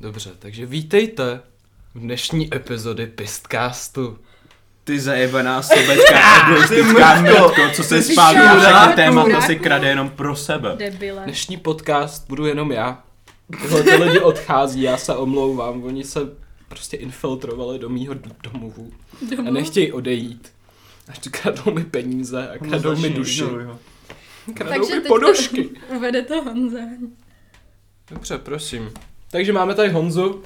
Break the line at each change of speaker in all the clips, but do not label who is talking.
Dobře, takže vítejte v dnešní epizody Pistcastu.
Ty zajebaná sobečka, egoistická mrtko, co se
Ty
spálí na
šuráku.
všechny témata, si
Šuráku.
krade jenom pro sebe.
Debile.
Dnešní podcast budu jenom já. Tyhle ty lidi odchází, já se omlouvám, oni se prostě infiltrovali do mýho d- domovu a nechtějí odejít. A kradou mi peníze a kradou mi duši. Kradou mi
teď
podošky.
to uvede to Honza.
Dobře, prosím. Takže máme tady Honzu.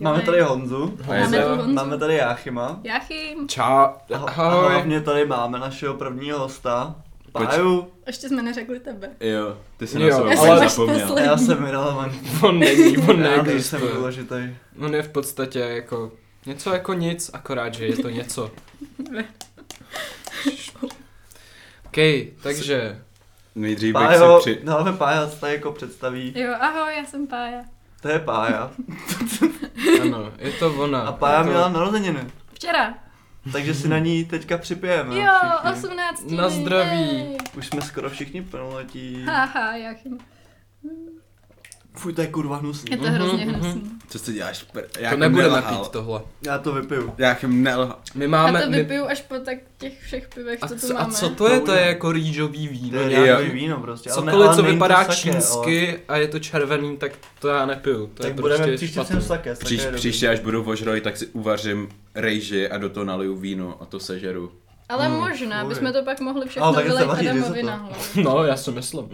Máme tady Honzu,
A je
Máme
to-
tu Honzu.
máme tady Jáchyma.
Jachym.
Čau.
A, a
Ahoj.
hlavně tady máme našeho prvního hosta,
Poč-
Páju.
Ještě jsme neřekli tebe.
Jo, ty jsi
Jo,
na sebe
Já
jsem
ale
až
zapomněl.
A
poslední.
já jsem irrelevantní.
On není, on
Já nejsem
neexistuje.
důležitý.
On je v podstatě jako něco jako nic, akorát, že je to něco. OK, takže
Nejdřív bych se
Pájo,
při...
dáme Pája, se tady jako představí.
Jo, ahoj, já jsem Pája.
To je Pája.
ano, je to ona.
A Pája
No, Je to...
měla narozeniny.
Včera.
Takže si na ní teďka připijeme.
Jo,
všichni.
18.
Na zdraví.
Už jsme skoro všichni plnoletí.
Haha, Jachym.
Fuj, to je kurva hnusný.
Je to
Mhm,
hrozně
mhm.
hnusný.
Co jsi děláš? Pr-
To nebudeme pít tohle.
Já to vypiju.
Já jsem nelhal.
My
Máme,
máme...
a to
my...
vypiju až po tak těch všech pivech,
a,
co tu
co, a
máme.
co to je?
To
To je
bude-
jako rýžový
To
víno.
je
nějaký-
nějaký víno prostě. ale ne-
Cokoliv,
ale
co
není to
vypadá
sake, ale-
čínsky a je to červený, tak to já nepiju. To je
Tak budeme
prostě
příště
špatný.
sem sake. sake
Příš,
je dobrý.
příště, až budu vožroj, tak si uvařím rejži a do toho naliju víno a to sežeru.
Mm,
Ale možná,
fuj.
bychom to pak mohli všechno
Ale taky se
vylejt
vaří
Adamovi
risotto.
na hlavu.
No, já si myslím.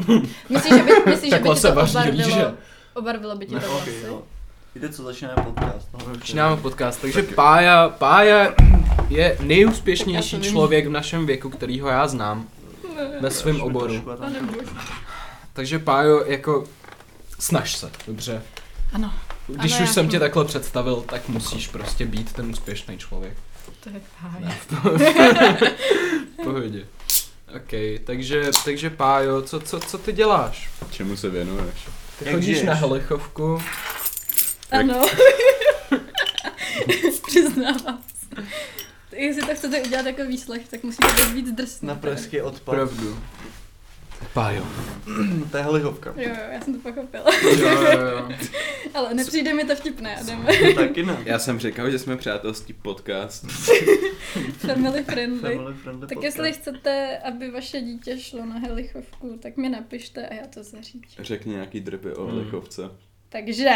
Myslíš, že by, myslíš, že by
Takhle
ti
se
to
vaří
obarvilo?
rýže.
Obarvilo by ti to
Ne, No, ok,
vlasy?
jo. Víte co, začínáme podcast. no, dobře.
Začínáme podcast, takže Pája, Pája je
Tak já
nejúspěšnější
to vím.
člověk v našem věku, kterýho já znám ve svém
Trošku
oboru.
trošku a tam-
Pane bože.
Takže Pájo, jako snaž se, dobře.
Ano,
Když
Ano,
už
já
jsem
jsem-
tě takhle představil, tak musíš prostě být ten úspěšný člověk.
to je pája.
Ne, v po-
Hm.
v pohodě. OK, takže, takže Pájo, co, co, co ty děláš?
Čemu se věnuješ?
Ty
Jak
chodíš
žiješ?
na helichovku,
Ano. Přiznávám se. Tak Jestli to chcete udělat jako výslech, tak musíte být víc drsný.
Na pražský odpad.
pravdu. Pájo.
To je helihovka.
Jo, jo, já jsem to pochopila.
Jo, jo, jo.
Ale nepřijde mi to vtipné, Adame.
Taky ne.
Já jsem říkal, že jsme přátelský podcast.
Family friendly.
Family friendly
Tak
podcast.
jestli chcete, aby vaše dítě šlo na helichovku, tak mi napište a já to zařídím.
Řekni nějaký drby o
Hmm.
lechovce.
Takže,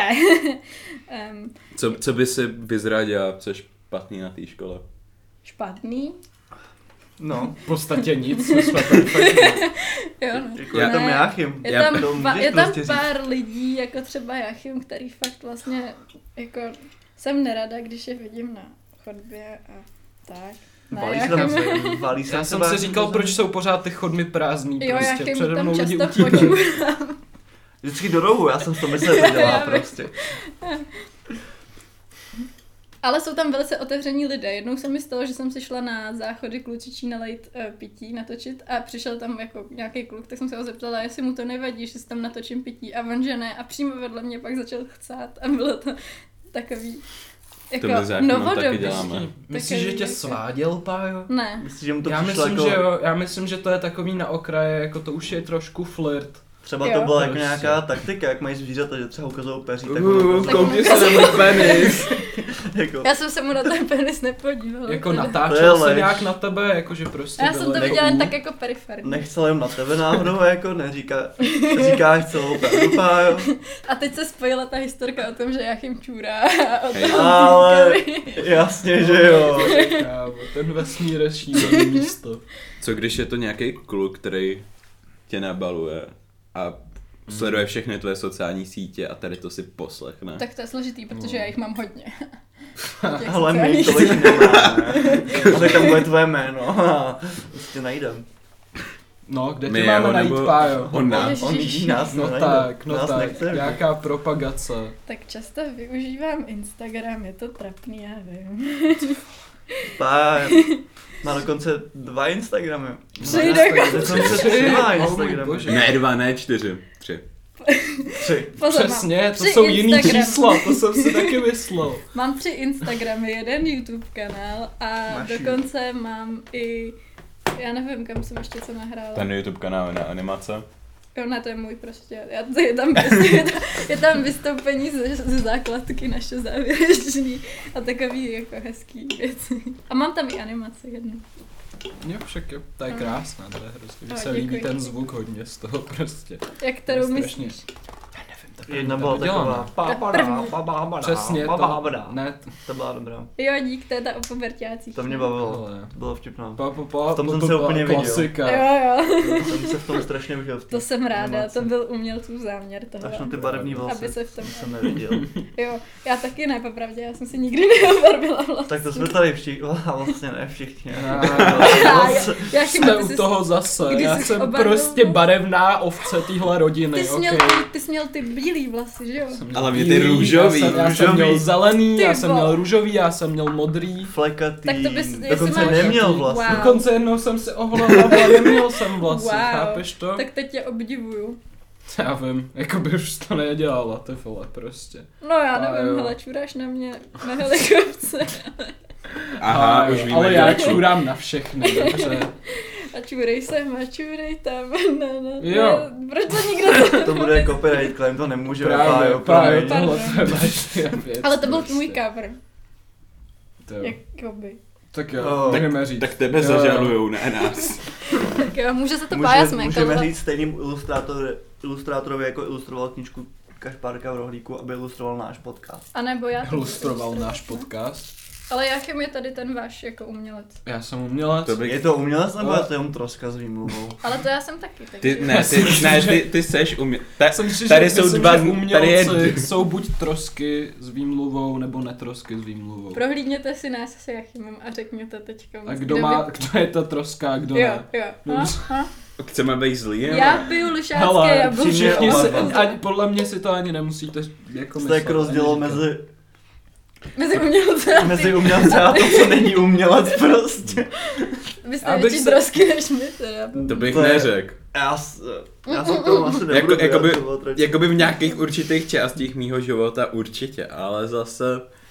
um,
Co, co by si vyzradila, co je špatný na té škole?
špatný.
No,
V podstatě nic, my jsme perfektní.
Jo, no.
jako je
Ne.
tam Jáchym.
Je
Já-
tam,
to
pa,
můžeš
je tam
prostě říct.
pár lidí, jako třeba Jachim, který fakt vlastně, jako jsem nerada, když je vidím na chodbě a tak. Ne,
Valí se
Jachym-
tam sebe. Valí se
Já
na
jsem
sebe.
si říkal, proč jsou pořád ty chodmy prázdný,
Jo,
prostě
Jachim
přede
tam
mnou lidi
často
utíkají.
počívám.
Vždycky do rohu, já jsem to myslel, že to dělá
Já bych-
prostě.
Ale jsou tam velice otevření lidé. Jednou se mi stalo, že jsem si šla na záchody klučičí nalejt uh, pití, natočit a přišel tam jako nějaký kluk, tak jsem se ho zeptala, jestli mu to nevadí, že si tam natočím pití a on že ne a přímo vedle mě pak začal chcát a bylo to takový
To
jako
my s Jáchymem taky děláme.
Myslíš, že tě sváděl, Pájo?
Ne.
Myslíš, že mu to
Já
přišlo
myslím,
jako...
že jo, já myslím, že to je takový na okraje, jako to už je trošku flirt.
Třeba
Jo.
to byla jako
Prostě.
nějaká taktika, jak mají zvířata, že třeba ukazují peří, tak
Uh,
ono to-
koukni se na můj penis.
jako...
Já jsem se mu na ten penis nepodívala.
Jako
teda.
natáčel
To je
se
lež.
nějak na tebe, jakože prostě
Já jsem to
bylo jako,
viděla jen
uh.
tak jako periferně.
Nechcel jen na tebe náhodou, jako neříká, říkáš celou peru, pájo.
A teď se spojila ta historka o tom, že Jachim čůrá a o
Hej.
tom
Ale-
týkovi.
Jasně, že jo.
Kámo, ten vesmír je šílený místo.
Co když je to nějaký kluk, který tě nabaluje a sleduje
Hmm.
všechny tvoje sociální sítě a tady to si poslechne?
Tak to je složitý, protože já jich mám hodně. Těch
Ale my
sociálních
tolik nemáme. Ale tam bude tvoje jméno. Prostě najdem.
No, kde
My
tě máme
jeho,
najít,
nebo
Pájo?
On
On,
nás.
Ježiš.
on vidí nás,
No
nenajde.
tak, no
nás
tak,
nechce, že?
nějaká propagace.
Tak často využívám Instagram, je to trapný, já vím.
Tak. Má dokonce dva Instagramy. No,
Přijde
Má
jako-
Dokonce
Tři,
tři má
oh můj
Instagramy.
bože.
Ne dva, ne čtyři. Tři.
Tři.
Pozor,
Přesně,
mám
to
tři
jsou jiný
Instagram-
čísla, to jsem si taky myslel.
Mám tři Instagramy, jeden YouTube kanál a
Máš
dokonce mám i... Já nevím, kam jsem ještě co nahrála.
YouTube kanál je na animace.
Jo, ne, to je můj prostě. Já, to je, tam, prostě- je, tam, je tam vystoupení ze, ze základky naše závěreční a takový jako hezký věci. A mám tam i animaci jednu.
Jo, však jo, ta je
Ano.
krásná, to je hrozně. Mně
Jo,
se líbí
No. děkuji.
ten zvuk hodně z toho prostě.
Jak kterou
To je strašně-
myslíš?
Já nevím, ta první
Jedna
ta
byla
vydělaná.
taková. Pa, pa, da, pa, ba, ba, da,
Přesně
pa, ba,
to.
ba, da.
Ne, t-
To byla dobrá.
Jo, dík, to je ta o pubertácích.
To mě bavilo.
tohle.
Bylo vtipná.
Pa, pa, pa,
V tom
to-
jsem
to
se
byla
úplně viděl.
Klasika.
Jo, jo.
Jsem se v tom strašně užil. v té
To jsem ráda,
animaci.
to byl umělců záměr
Až na
tohle.
ty barevný vlasy.
Aby se v tom...
jsem neviděl.
Jo, já taky ne, popravdě, já jsem si nikdy neobarvila vlasy.
Tak to jsme tady všichni, vlastně ne všichni.
Já- Jsme
Já chyba, ty
u
jsi,
toho zase,
kdy
já
jsi
jsem
obarvil
prostě
vlas?
barevná ovce téhle rodiny,
ty jsi, měl,
okej.
ty jsi měl ty bílý vlasy, že jo?
Jsem měl
Ale mě ty
bílý,
růžový,
já jsem, já jsem
růžový.
měl zelený,
Ty
já jsem
vole.
měl růžový, já jsem měl modrý.
Flekatý.
Tak to bys- jestli
Dokonce
máš-
neměl vlastně.
Wow.
Dokonce jednou jsem si oholil, ale neměl jsem vlasy,
Wow.
chápeš to?
Tak teď tě obdivuju.
Já vím, jako by už to nedělala, ty vole, prostě.
No já
A
nevím,
jo.
hele, čuráš na mě na helikopce
Aha,
A-
už víme,
Ale
kdo
já
je kluk.
čurám na všechny, dobře.
a čurej sem a čurej tam. No, no,
Jo.
Proč to nikdo to
To bude copyright claim, to nemůže
Právě,
pájo,
právě,
promiň.
tohle
Pardon.
to je vážná věc.
Ale to byl
prostě.
tvůj cover,
To jo.
jakoby.
Tak jo,
Oh.
tak, můžeme říct.
No, Tak tebe
Jo, jo.
zažalujou, ne nás.
Tak jo, může se to pája jako
Může, můžeme
zmékal.
říct stejným ilustrátor, ilustrátorovi, jako ilustroval knižku Kašpárka v rohlíku, aby ilustroval náš podcast.
A nebo já to budu
Ilustroval
ilustrovat.
náš podcast.
Ale Jachim je tady ten váš jako umělec.
Já jsem umělec.
To by-
Je to umělec nebo
Ale-
je to jenom troska s výmluvou?
Ale to já jsem taky, takže...
Ty, ne, ty, ne, ty, ty seš umě... Ta,
Já jsem si,
tady
že
jsou
myslím,
dva,
že umělci
tady je...
jsou buď trosky s výmluvou, nebo netrosky s výmluvou.
Prohlídněte si nás s Jachimem a řekněte teďka.
A kdo, má, kdo je ta troska a kdo
Jo,
ne.
jo.
Dobře.
Aha.
Chceme být zlí, nebo?
Já piju
Hele,
lišácké jablko.
upřímně
všichni
oba
si,
dva.
ani, podle mě si to ani nemusíte jako
To je jako rozdělil
ani říkat.
mezi,
Mezi umělce a
mezi
ty.
umělce a to, co není umělec prostě.
Vy jste
Abych
větší
se-
drosky než my teda.
To bych
To je-
neřekl.
Já, s- já jsem to asi nebudu
Jako- jakoby-
dělat, to bylo tragické.
Jakoby v nějakých určitých částích mýho života určitě, ale zase...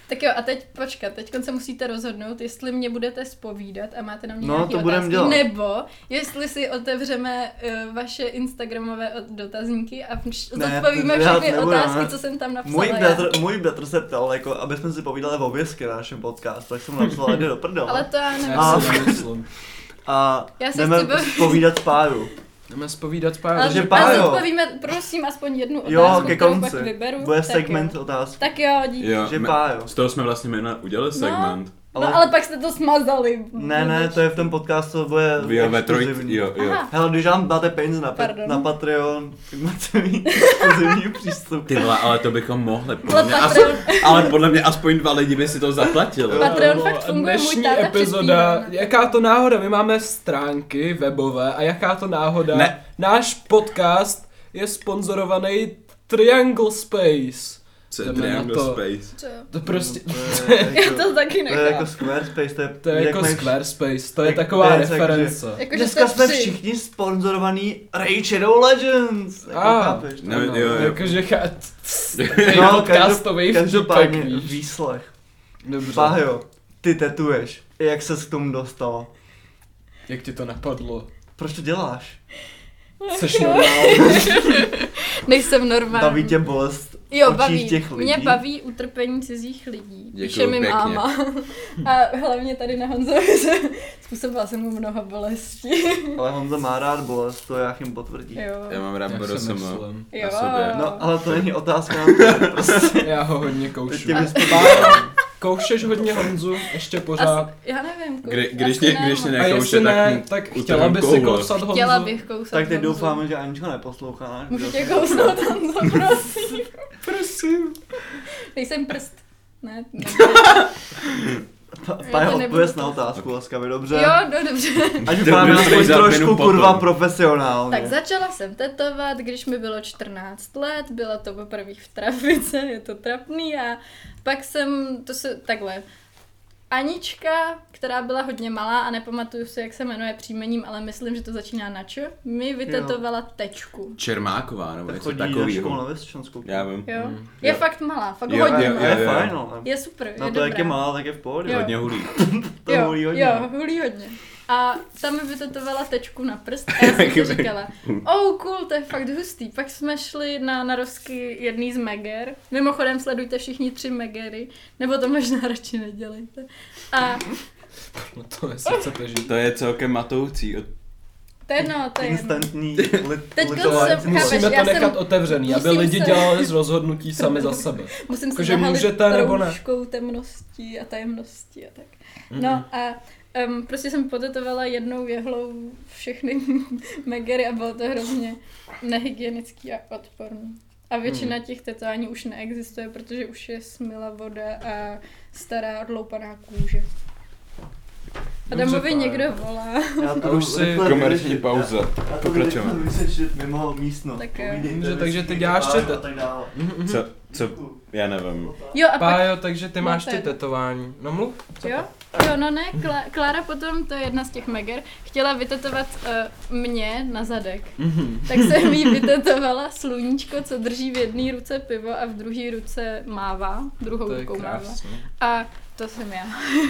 Tak jo, a teď počkat, teď se musíte rozhodnout, jestli mě budete spovídat a máte na mě
No,
nějaký
to budem
otázky,
dělat.
nebo jestli si otevřeme uh, vaše Instagramové od- dotazníky a vš-
Ne,
zodpovíme
to dělat
všechny
nebudeme.
otázky, co jsem tam napsala
Můj
já.
bratr, můj bratr se ptal, jako, aby jsme si povídali o whisky na našem podcastu, tak jsem napsal, jde do prdele.
Ale to já nevím.
Já
A-
si nemyslím.
A
Já se
jdeme
chci bavit.
povídat páru.
Jdeme spovídat
Ale
pár.
Takže
ale
Pájo.
zodpovíme, prosím, aspoň jednu otázku,
Jo, ke
kterou pak
konci.
vyberu.
Bude
Tak
segment
Jo.
otázky.
Tak jo, díky.
Jo,
Že
me-
pájo.
z toho jsme vlastně minule
No.
udělali segment.
Ale...
Ale-
No ale pak jste to smazali.
Ne, ne, to je v tom podcastu, to bude
Jo, ve troj...
exkluzivní.
Jo, jo.
Aha.
Hele, když vám dáte peníze na, pe-
Pardon.
na Patreon, tak máte mít exkluzivní přístup.
Ty vole, ale to bychom mohli. Podle
Ale
mě, aspoň,
Patreon-
ale podle mě aspoň dva lidi by si to zaplatili.
Jo.
Patreon fakt funguje, můj
Dnešní
táta
epizoda,
přispívá.
jaká to náhoda, my máme stránky webové a jaká to náhoda,
Ne.
náš podcast je sponzorovaný Triangle Space.
Co je
Jdeme na
Triangle
to.
Space?
Co?
To prostě,
To je
Já to
jako-
taky
To je
nechápu.
jako Squarespace, to je...
to je
Hmm. jak
jako
mají-
Squarespace, to je
jak-
taková
to je tak, že-
reference.
Jako, že
Dneska
jste
jsme
tři.
všichni sponzorovaní Ray Shadow Legends. Jako
A.
chápeš?
Ne, jo, jo.
Jakože chá...
No,
podcastový
každop- každopádně
vtipek, víš.
výslech.
Dobře.
Pájo, ty tetuješ. Jak ses k tomu dostal?
Jak ti to napadlo?
Proč to děláš?
Jseš normální?
Nejsem normální.
Baví tě bolest
Jo,
očí
baví.
těch lidí?
Mě baví utrpení cizích lidí.
Děkuju
Píše mi
pěkně.
máma. A hlavně tady na Honzovi se způsobila jsem mu mnoho bolesti.
Ale Honza má rád bolest, to Jáchym potvrdí.
Jo.
Já mám rád
Já si
BDSM.
myslím.
jo.
sobě.
No, ale to není otázka na to, prostě.
Já ho hodně
Teď
koušu.
tě
Pájo, Koušeš hodně Honzu, ještě pořád.
As, já nevím, kouš,
Kdy, když,
asi
tě,
ne,
když tě
no.
A
nekouše,
jestli ne,
tak,
Jako tak
mu
chtěla
utrhnu
by si
koule.
kousat Honzu.
Chtěla bych kousat
Tak teď
Honzu.
doufáme, že Anička neposlouchá náš
Můžu tě
video.
kousnout Honzo, prosím.
Prosím.
Nejsem prst. Ne, ne.
Pa-
Já to
Pane,
nebudu
odpověz na
poslouchat.
otázku laskavě, dobře?
Jo, no dobře.
Ať
Dobře,
vypadáme
dobře,
aspoň
za
trošku
minut
kurva
potom.
profesionálně.
Tak začala jsem tetovat, když mi bylo 14 let, byla to poprvé v trafice, je to trapný a pak jsem, to se, takhle, Anička, která byla hodně malá a nepamatuju si, jak se jmenuje příjmením, ale myslím, že to začíná na č, mi vytetovala tečku.
Čermáková nebo
Tak
něco
chodí na školu na
takového.
Vestčanskou.
Já vím.
Jo? Je
Jo.
fakt malá, fakt
Jo,
hodně
jo,
malá.
To Hmm. je
jo.
fajn, ale.
Je super, je
Na to,
dobrá.
jak je malá, tak je v pohodě.
Jo.
Hodně hulí.
To hulí hodně.
Jo, hulí hodně. A tam mi vytetovala tečku na prst a já jsem si říkala, oh cool, to je fakt hustý. Pak jsme šli na narosky jedný z Meger. Mimochodem sledujte všichni tři Megery, nebo to možná radši nedělejte. A
No to je, co chcete žít.
To je celkem matoucí. Od-
to je jedno, to je jedno.
Instantní lit,
Teďko jsem-
litování.
chápeš,
Musíme to
já jsem-
nechat otevřený, aby
musím
lidi
se-
dělali z rozhodnutí sami za sebe.
Musím se
Jakože
zahalit
můžete, nebo ne?
rouškou temnosti a tajemnosti a tak.
Mhm.
No a um, prostě jsem potetovala jednou jehlou všechny megery a bylo to hrozně nehygienický a odporný. A většina hmm. těch tetování už neexistuje, protože už je smila voda a stará odloupaná kůže. Adamovi
fajn.
někdo volá.
Já
A už si-
Komerční pauza.
Já to
Pokračujeme.
rychle vysečet mimo místnost.
Tak eh, jo.
Povídejte,
Dobře, takže ty
vysvětlíte
děláš
váš
ty-
a tak dále.
Mhm.
Co, co, já nevím.
Jo, a pak,
Pájo, takže ty máš ty
Máte.
tetování. No mluv. co
jo? Jo, no ne, Kla- Klára potom, to je jedna z těch meger, chtěla vytetovat uh, mě na zadek.
Mhm.
Tak jsem jí vytetovala sluníčko, co drží v jedné ruce pivo a v druhé ruce mává, druhou
To je
rukou mává.
krásné.
A to jsem já.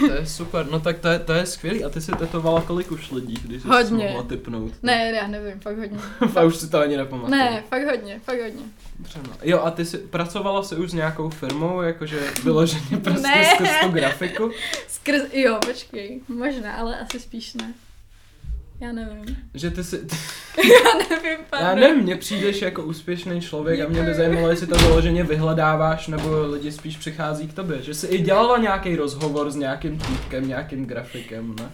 To je super, no tak to je, to je skvělý. A ty si tetovala kolik už lidí, když jsi
Hodně.
mohla typnout?
Ne, já nevím, fakt hodně.
A už si to ani nepamatuju.
Ne, fakt hodně, fakt hodně.
Dobře, no. Jo, a ty jsi, pracovala jsi už s nějakou firmou, jakože vyloženě prostě
Ne.
skrz tu grafiku?
Skrz, jo, počkej, možná, ale asi spíš ne. Já nevím.
Že ty si,
Já nevím, pardon.
já nevím, mně přijdeš jako úspěšný člověk a mě by
Děkuju.
zajímalo, jestli to vyloženě vyhledáváš, nebo lidi spíš přichází k tobě. Že jsi i dělala nějaký rozhovor s nějakým týpkem, nějakým grafikem, ne?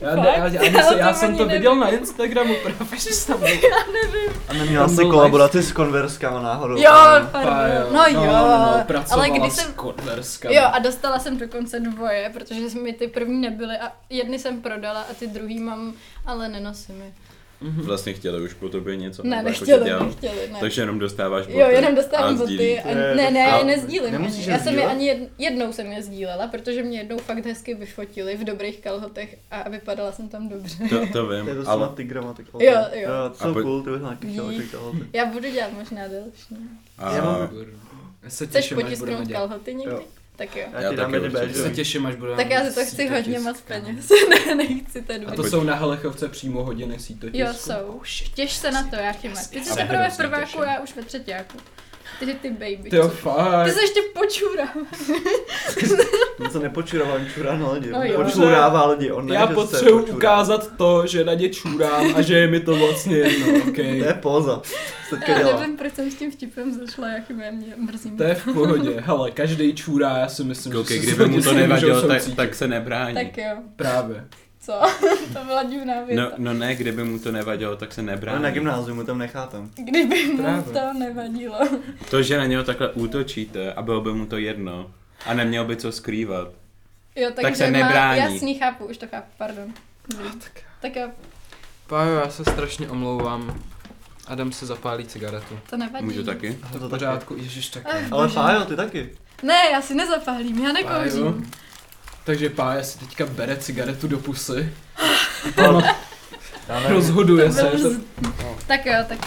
Já,
Fakt?
ne, já, já,
Já
já,
o
já
tom
jsem
ani
to viděl
nevím.
na Instagramu, právě, že jsem byl
Já nevím.
A neměla
Tam
jsi
byl
kolaboraci s Converskama náhodou?
Jo,
Ano.
pardon. No jo, ale
pracovala
když
jsem...
jsem...
s konverskami.
Jo, a dostala jsem dokonce dvoje, protože mi ty první nebyly a jedny jsem prodala a ty druhý mám, ale nenosím je.
Mhm.
Vlastně chtěli už po tobě něco.
Ne,
nebo jako tě
nechtěli,
dělám.
nechtěli, ne.
Takže jenom dostáváš boty.
Jo, jenom
a
dostávám
sdílíš.
boty. A
Eh,
ne, ne,
a
já je nezdílím.
nemusíš
Ani.
je
Já jsem je
sdílet?
ani jed- jednou jsem je sdílela, protože mě jednou fakt hezky vyfotili v dobrých kalhotech a vypadala jsem tam dobře.
To, to
To je
vím,
doslova
ale,
tygrama tak
Jo, jo.
To
A
jsou
po-
cool, ty bys nějaký
Dík.
šalek kalhoty.
Já budu dělat možná delší.
a,
Já mám-
Já se
Chceš
těším, až budeme
potisknout
dělat.
kalhoty někdy?
Jo.
Tak jo.
Já
Já
ti dám
taky
jedny
určitě.
Já se
béžový.
těším, až budeme
Tak já si to
dělat
chci hodně
sítotisk.
moc peněz. ne, nechci ten
A Oh, to
dvě.
jsou na Helechovce přímo hodiny sítotisku.
Jo, jsou. Těš se na to, já chyme. Ty jsi
A
teprve
hrozně
v prváku,
těším.
já už ve třetíku. Ty ty baby.
Ty jo,
Ty
fakt.
se ještě počurám.
On se nepočuroval, čurá na lidi.
No
On
jo.
Počurává lidi, on ne,
Já
že se
potřebuji
počurá.
ukázat to, že na ně čurám a že je mi to vlastně jedno,
To je
okay.
póza. Co teďka
Já
dělá?
nevím, proč jsem s tím vtipem zašla, jak mě, mě mrzí. mě
To je v pohodě, hele, každý čurá, já si myslím,
koukej,
že
kdyby mu to nevadilo, tak,
tak...
tak se nebrání.
Tak jo,
Právě.
co? to byla divná věta.
No,
No.
no ne, kdyby mu to nevadilo, tak se
Ale na
nebrání.
gymnáziu mu tam nechápem.
Kdyby mu
Právě.
to nevadilo.
To, že na něho takhle útočíte a bylo by mu to jedno a neměl by co skrývat.
Jo, tak,
se nebrání.
Má, jasný, chápu, už to chápu, pardon. Tak, tak jo,
Pájo, já se strašně omlouvám. Adam se zapálí cigaretu.
to nevadí.
Můžu taky?
To
taky.
v pořádku, ježiš, tak
Ach,
Ale
bože.
Fájo, ty taky.
Ne, já si nezapálím, já nekouřím.
Takže Pája si teďka bere cigaretu do pusy,
Já nevím.
rozhoduje
To
se.
byl
že
z... Tak jo, tak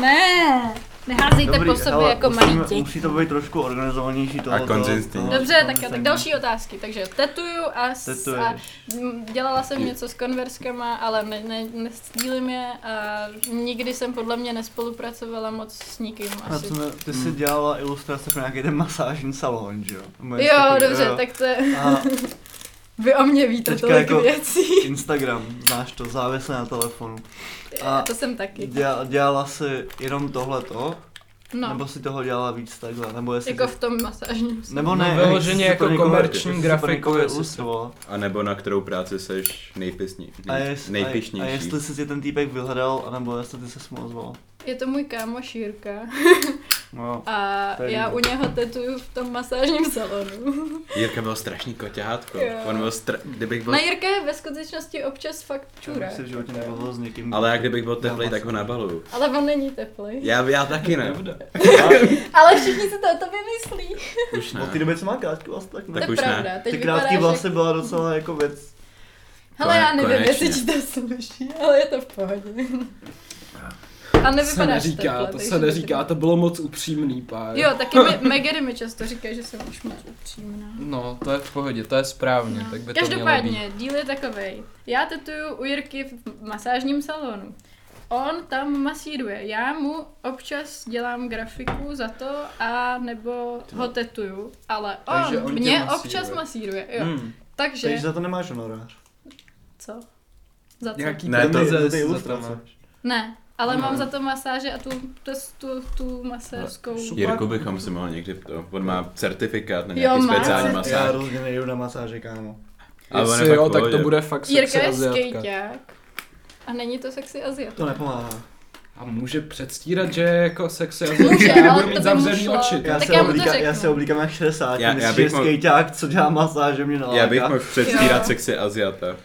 ne. Neházejte
Dobrý,
po sobě
hele,
jako
musíme-
malí děti.
Musí to být trošku organizovanější No, tohle.
konzistentní.
Dobře, tak jo, tak další otázky. Takže tetuju a, s,
Tetuješ.
a m, dělala jsem něco s konverskama, ale ne, ne, nestílim je a nikdy jsem podle mě nespolupracovala moc s nikým
A
asi.
co mě, ty jsi dělala ilustrace pro nějaký ten masážní salon, že jo? Moje
Jo,
takový-
dobře, tak to je...
A
Vy o mě víte
Teďka
tolik
jako-
věcí.
Instagram, znáš to, závislé na telefonu.
A
A-
to jsem taky.
Děla, dělala si jenom tohleto?
No,
Nebo si toho dělala víc takhle? Nebo jestli
jako
jsi-
v tom masážním.
Nebo
No,
ne,
vyloženě
jestli jsi
jako
pro někoho-
komerční
jestli jsi pro
grafiku,
někoho
jestli jsi-
ilustrovala.
A nebo na kterou práci seš nejpisní,
A,
nej,
jest, a, a
nejpišnější.
jestli jsi si ten týpek vyhledal, anebo jestli ty se mu ozval.
Je to můj kámoš Jirka
No,
a
To je
já u
líbí.
něho tetuju v tom masážním salonu.
Jirka byl strašný koťátko.
Jo.
On byl str... kdybych byl...
Na Jirka je ve skutečnosti občas fakt
já
čura.
bych si v životě nebavil s někým.
Ale já kdybych byl teplej,
Já
tak ho nabaluju.
Ale on není teplý.
Já, já taky ne.
Ale všichni si to o tobě myslí.
Už
Od
ne.
té doby, co má krátkou vlas, tak ne.
Tak
to je
už ne.
pravda. Teď
Ty
vypadáš
krátký
jak-
vlasy byla docela jako věc.
Hele, já
Kone-
nevím, jestli
konečně.
ti to sluší, ale je to v pohodě.
To
A
se
nevypadáš
neříká,
takhle,
to
takže
se
to
neříká,
teda-
to bylo moc upřímný pár.
Jo, taky mi, Megary mi často říká, že jsem už moc upřímná.
No, to je v pohodě, to je správně, tak by to mělo být.
Mm. Každopádně, díl je takovej. Já tetuju u Jirky v masážním salonu. On tam masíruje. Já mu občas dělám grafiku za to a nebo ho tetuju, ale on,
Takže on tě
mě
masíruje.
občas masíruje. Jo.
Hmm.
Takže,
Takže za to nemáš honorář.
co? Za co?
Nějaký
Ne,
Za
to-
ty- za
to-
ty
to- to-
ilustrace.
to-
Ne, ale
No.
mám za to masáže a tu, tu, tu, tu masérskou.
super.
Jirku bychom si mohl někdy to. On má certifikát na
Jo,
nějaký
má
speciální
certifikát.
Já
masáž.
hrozně nejdu na masáže, kámo.
Ale on je
Jestli
fakt
jo,
v
tak to
pohodě.
bude fakt sexy
Jirka je
Aziatka.
skejťák. A není to sexy Aziatka.
To nepomáhá.
A může předstírat, že je jako sexy
Může,
Aziatka a
ale
bude
to
mít
by
zavřený
muselo-
oči.
Já
Tak
se,
já mu to
oblíka, já
řeknu.
se oblíkám jak 60.
Já-
Já,
já
Myslíš, že
bych mohl-
skejťák, co dělá masáže, mě naláká.
Já bych mohl předstírat
Jo.
sexy Aziata.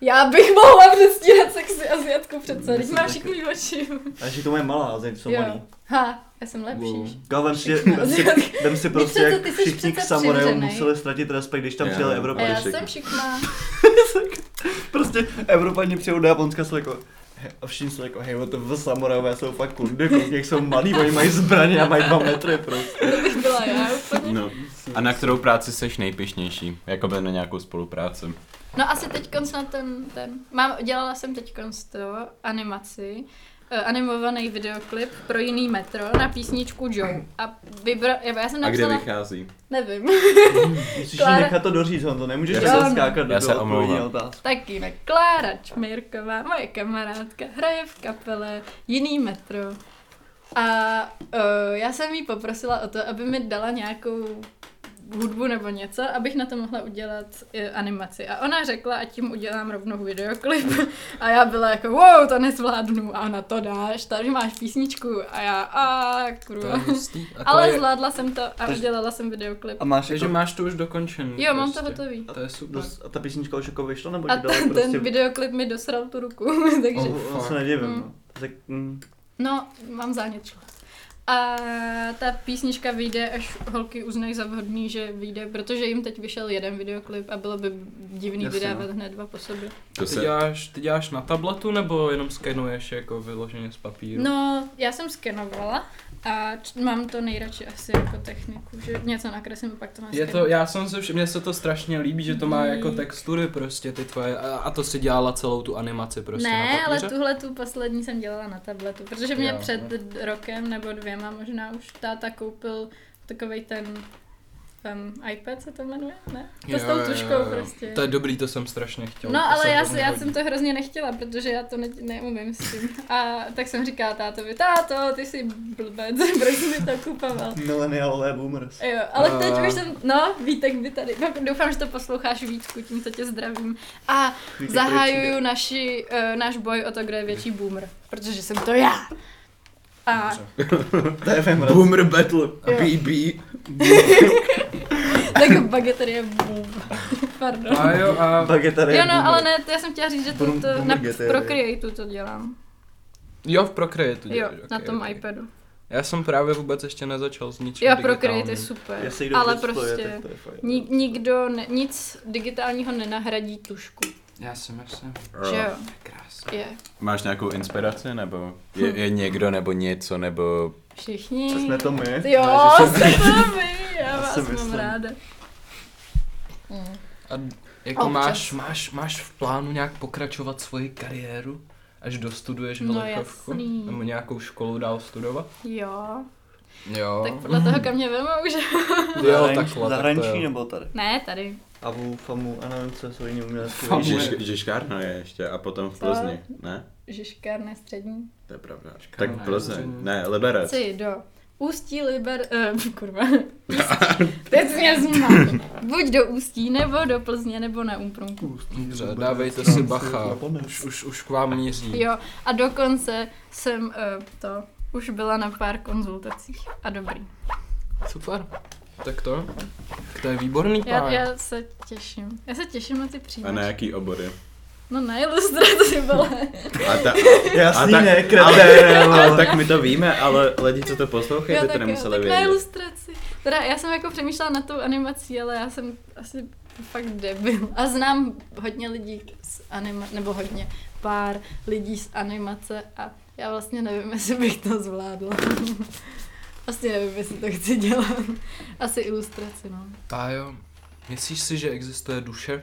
Já bych mohla předstírat sexy Aziatku přece, když
Myslím
má
taky.
všechny oči.
A že to moje malá, zem jsou malý.
Jo. Ha, já jsem lepší.
Wow.
Kámo, vem si, vem si, vem si prostě,
přece-
jak
ty jsi
všichni k
přece
samuraju
přivřenej.
museli ztratit respekt, když tam
Já.
přijeli
A
Ale
já
Evropani.
šik.
jsem šikma.
Prostě Evropani přijou do Japonska, jsou jako, he- a všichni jsou jako, hej, to v samurajové jsou fakt kundy, koukni, jak jsou malí, oni mají zbraně a mají dva metry prostě.
To bych byla já úplně.
No. A na kterou práci seš nejpišnější? Jakoby na nějakou spolupráci.
No asi teď konc na ten, ten. Mám, dělala jsem teď konc to animaci, eh, animovaný videoklip pro jiný metro na písničku Joe. A vybra... Já jsem
A kde
napsala...
vychází?
Nevím.
Musíš
Klára-
jí nechat to doříct, on to nemůžeš
Já
takhle
se-
skákat do
Já se
toho odpovědní
omlouvám.
otázky.
Tak jinak, Klára Čmírková, moje kamarádka, hraje v kapele Jiný metro. A uh, já jsem jí poprosila o to, aby mi dala nějakou hudbu nebo něco, abych na to mohla udělat eh, animaci. A ona řekla, ať tím udělám rovnou videoklip. A já byla jako, wow, to nezvládnu. A ona to dáš, tady máš písničku. A já, a
To
kurva.
je hustý. A to
No. Ale
je-
zvládla jsem to a
Takže-
udělala jsem videoklip.
A máš
Takže
jako,
máš to už dokončený.
Jo, mám to
prostě.
hotový.
To je super.
dos- a ta písnička už jako vyšla, nebo
A
ti dala
ten,
prostě...
ten videoklip mi dosral tu ruku, takže...
Oh,
O, o,
fuck.
se nedivím,
Mm.
no. Tak, mm,
No, mám zánět šlo. A ta písnička vyjde, až holky uznají za vhodný, že vyjde, protože jim teď vyšel jeden videoklip a bylo by divný
Jasně,
Jasně,
no.
vydávat hned dva po sobě.
To
Ty,
se...
děláš, ty děláš na tabletu nebo jenom skenuješ jako vyloženě z papíru?
No, já jsem skenovala a č- mám to nejradši asi jako techniku, že něco nakreslím a pak to
Je
naskenuji.
to, já jsem se všiml, mně se to strašně líbí, že to má
Mm.
jako textury prostě ty tvoje, a, a to si dělala celou tu animaci prostě na
ne,
papíře?
ale tuhle tu poslední jsem dělala na tabletu, protože mě
Jo.
před d- rokem nebo dvěma možná už táta koupil takovej ten ten iPad se to jmenuje, ne? To s
Jo,
tou
jo,
tuškou
jo, jo.
prostě.
To je dobrý, to jsem strašně chtěl.
No,
to
ale
se
já,
hodně
se, já
hodí.
jsem to hrozně nechtěla, protože já to ne, neumím s tím. A tak jsem říkala tátovi, táto, ty jsi blbec, proč jsi mi to kupoval?
millennialové boomers.
Jo, ale teď
A-
už jsem, no, Vítek by tady, no, doufám, že to posloucháš Vítku, tímto tě zdravím. A
Víte,
zahajuju naši, uh, náš boj o to, kdo je větší boomer, protože jsem to já. A
proč- To je femra.
Boomer Battle
Jo.
BB.
tak bageter je boom. Pardon.
A jo, a
Bagetary.
Jo, no, ale ne, já jsem chtěla říct, že to,
Boom-
to
boomer
na
getter, jo.
Procreateu to dělám.
jo, v Procreate to
Jo,
děláš,
na
ok,
tom
ok.
iPadu.
Já jsem právě vůbec ještě nezačal s ničím
Já
digitálním.
Procreate je super,
Jestli kdo
ale
přespoje,
prostě
tak to je fajn.
ni- nikdo, ne, nic digitálního nenahradí tušku,
Já si myslím,
že jo,
krásně.
je.
Máš nějakou inspiraci nebo
Hm.
je, je někdo nebo něco nebo...
Všichni.
Co jsme to my?
Jo,
Ne, že
jste to vy, já
Já
vás
si
mám
myslím.
ráda.
A jako
Občas.
máš, máš, máš v plánu nějak pokračovat svoji kariéru? Až dostuduješ
No
Helechovku?
jasný.
Nebo nějakou školu dál studovat?
Jo,
Jo.
tak podle toho, kam mě vemou, že?
jo,
Zahranič-
takhle.
Zahraničí
tak to jo.
nebo tady?
Ne, tady.
A vů, famu, a nevím, co jsou jiný umělecké.
Famu.
věže.
Žiž, Žižkárna je ještě a potom v
Co?
Plzni, ne?
Žižkárna střední.
To je pravda.
Žižkárna
Tak
je
Plzeň,
Plzeň.
ne, Liberec.
Chci do Ústí Liber... Uh, kurva. Ústí. Teď mě zmát. Buď do Ústí, nebo do Plzně, nebo na Umprunku.
Dobře, dávejte si bacha. Už, už, už k vám
Hm.
míří.
Jo, a dokonce jsem uh, to už byla na pár konzultacích a dobrý.
Super. Tak to? Tak to je výborný
Já,
plán.
já se těším. Já se těším na ty
A na
příjmy.
jaký obory?
No na ilustraci, vole.
A ta,
Jasný,
A tak-
ne,
ale
kreténe,
tak my to víme, ale lidi, co to
Jo,
poslouchají, by
tak
to
jo,
nemuseli
tak na
vědět.
ilustraci. Teda já jsem jako přemýšlela nad tou animací, ale já jsem asi fakt debil. A znám hodně lidí z anima, nebo hodně pár lidí z animace a
Já vlastně nevím, jestli bych to zvládla. Vlastně nevím, jestli to chci dělat. Asi ilustraci, no.
Tájo, myslíš si, že existuje duše?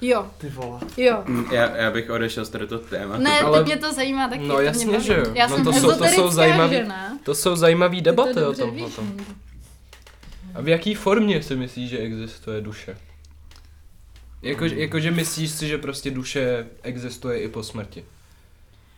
Jo,
Ty vole.
jo.
Mm, Já, já bych odešel z tohoto tématu.
Ne,
No, ale-
teď mě to zajímá taky.
No
to mě
jasně,
baví.
že jo.
Já
No
jsem
to jsou- to jsou
ezoterická
zajímavý-
žena.
To jsou zajímavé
Ty to
debaty o
dobře
tom
víš.
potom. A v jaký formě si myslíš, že existuje duše? Jako,
Hmm.
jakože myslíš si, že prostě duše existuje i po smrti?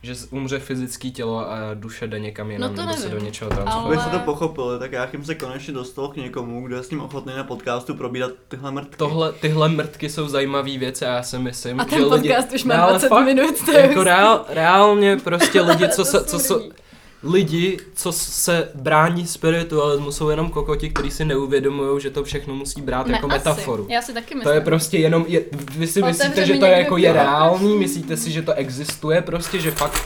Že z- umře fyzické tělo a duše jde někam jinam,
No to
nebo se do
nevím.
něčeho
Ale-
transformuje?
Aby se to pochopili, tak Jáchym se konečně dostal k někomu, kdo je s ním ochotný na podcastu probírat tyhle mrtky.
Tohle, tyhle mrtky jsou zajímavé věci a já si myslím,
A
že
ten
lidi...
podcast už má
No, ale
20
fakt,
minut, to je
Jako reál, reálně prostě lidi, co se, co se, lidi, co se brání spiritualismu, jsou jenom kokoti, kteří si neuvědomují, že to všechno musí brát jako
asi.
metaforu.
Já si taky
To je
myslím.
prostě jenom, je, vy si
Otevře
myslíte,
mi
že to
někdo
je jako je
dveře.
reální, myslíte si, že to existuje prostě, že fakt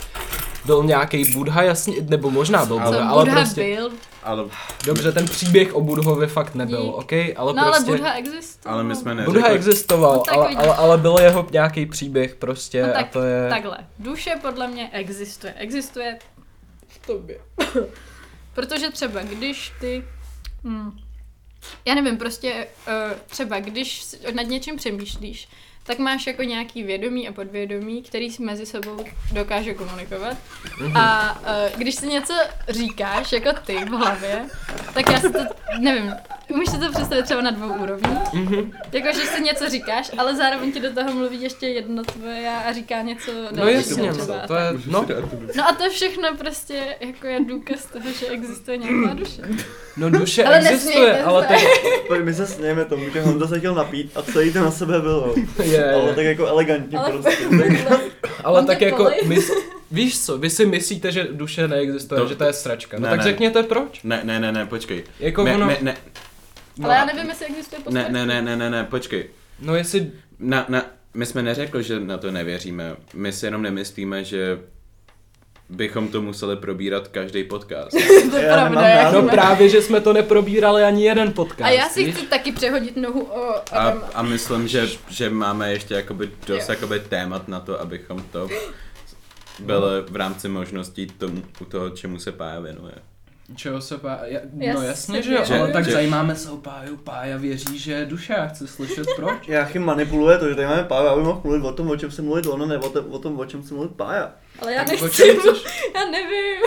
byl nějaký Budha, jasně, nebo možná byl
Co,
Budha,
Co,
ale
Budha
prostě,
byl?
Ale,
dobře, ten příběh o Budhovi fakt nebyl,
Dík.
ok, ale
No ale
prostě,
Budha existuje.
ale my jsme
Budha
neřekli,
existoval,
No tak
ale,
vidíš.
ale, ale byl jeho nějaký příběh prostě
No
a
tak-
to je,
Takhle, duše podle mě existuje. Existuje v tobě.
Protože třeba když ty... Hmm, já nevím, prostě uh, třeba když s- nad něčím přemýšlíš, tak máš jako nějaký vědomí a podvědomí, který si mezi sebou dokáže komunikovat. A uh, když si něco říkáš, jako ty v hlavě, tak já si to, nevím, umíš si to představit třeba na dvou úrovních?
Mhm.
Jako, že si něco říkáš, ale zároveň ti do toho mluví ještě jedno tvoje já a říká něco
no
dalšího
jasně,
třeba a
no, to
tak.
je, no,
No a to všechno prostě jako je důkaz toho, že existuje nějaká duše.
no duše
Ale
existuje,
nesmějte
ale
se.
to
Pojď, my se smějeme tomu, že Honza se chtěl napít a celý to na sebe bylo.
je,
Ale
je.
tak jako elegantně
Ale-
prostě.
Ale
On
tak
tě
jako,
kolej.
mys, víš co, vy si myslíte, že duše neexistuje,
To-
že to je sračka. No
ne,
tak
ne.
řekněte proč.
Ne, ne, ne, ne, počkej.
Jako
Ne,
ono,
ne, ne,
no,
Ale já nevím, jestli existuje po
ne,
smrti.
ne, ne, ne, ne, ne, počkej.
no jestli,
Na, na, my jsme neřekli, že na to nevěříme. My si jenom nemyslíme, že bychom to museli probírat každý podcast.
To je
Já
pravda.
nemám
já
rád.
no
ne.
jsem-
právě, že jsme to neprobírali ani jeden podcast,
A já si
víš?
chci taky přehodit nohu o
A,
Adama.
a myslím, že, že máme ještě jakoby dost
Jo.
jakoby témat na to, abychom to byli v rámci možností tomu, u toho, čemu se Pája věnuje.
Čeho se pá... Ja,
Já
no jasně,
si
že jo,
věřím.
ale tak
Že-
zajímáme se o páju, pája věří, že je duše, já chci slyšet proč.
Jáchym manipuluje to, že tady máme Pája, aby mohl mluvit o tom, o čem se mluvit on, ne o, te, o tom, o čem se mluvit Pája.
Ale já
Tak o
nechci,
čem chceš?
já nevím.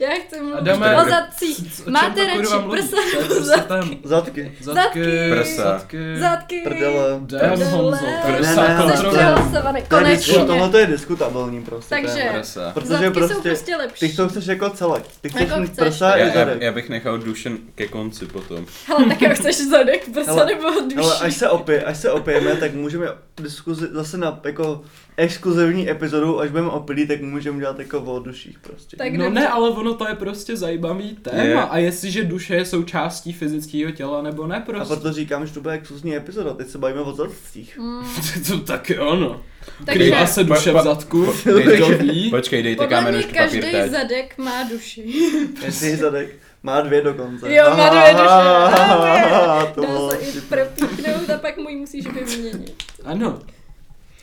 Já chci mluvit
Adame,
o zadcích.
o čem
Máte
to kurva
radši
mluvíš?
prsa
To je
nebo
prostě
zadky?
tam-
Zadky.
Zadky,
Prsa.
zadky.
Zadky.
Prdele.
Damn, Honzo,
Ne,
prsa,
ne, ne,
Jsi
Zadky.
kontrola.
přehlasovaný.
To je
Konečně.
disku, tohle to je diskutabilní prostě.
Takže-
téma.
Prasa.
Protože
Zadky
prostě,
jsou prostě lepší.
ty to chceš jako celek. Ty chceš
Jako
mít
chceš,
prsa
Já,
i
já,
zadek.
já bych nechal dušen ke konci potom.
Hele, tak jak chceš zadek, prsa
Hele,
nebo duši.
Ale až se, opě, až se opijeme, tak můžeme diskuzi, zase na jako exkluzivní epizodu, až budeme opilí, tak můžeme dělat jako o duších prostě.
Tak
No
dobře.
ne, ale ono to je prostě zajímavý téma
Je.
a jestliže duše je součástí fyzického těla nebo ne
A
prostě.
proto říkám, že to bude exkluzivní epizoda, teď se bavíme o zadcích.
Mm,
to taky ono.
Takže
Krývá se duše v
Pa- pa-
zadku,
Dej-
kdo ví.
Počkej, dejte
jako podle mě
kámen už papír
každý
teď.
zadek má duši.
Každý zadek má dvě dokonce.
Prostě. Jo, má dvě duše.
Aha, to
Dá
bylo
se i
vtipné.
propíknout a pak můj musíš vyměnit.
Ano.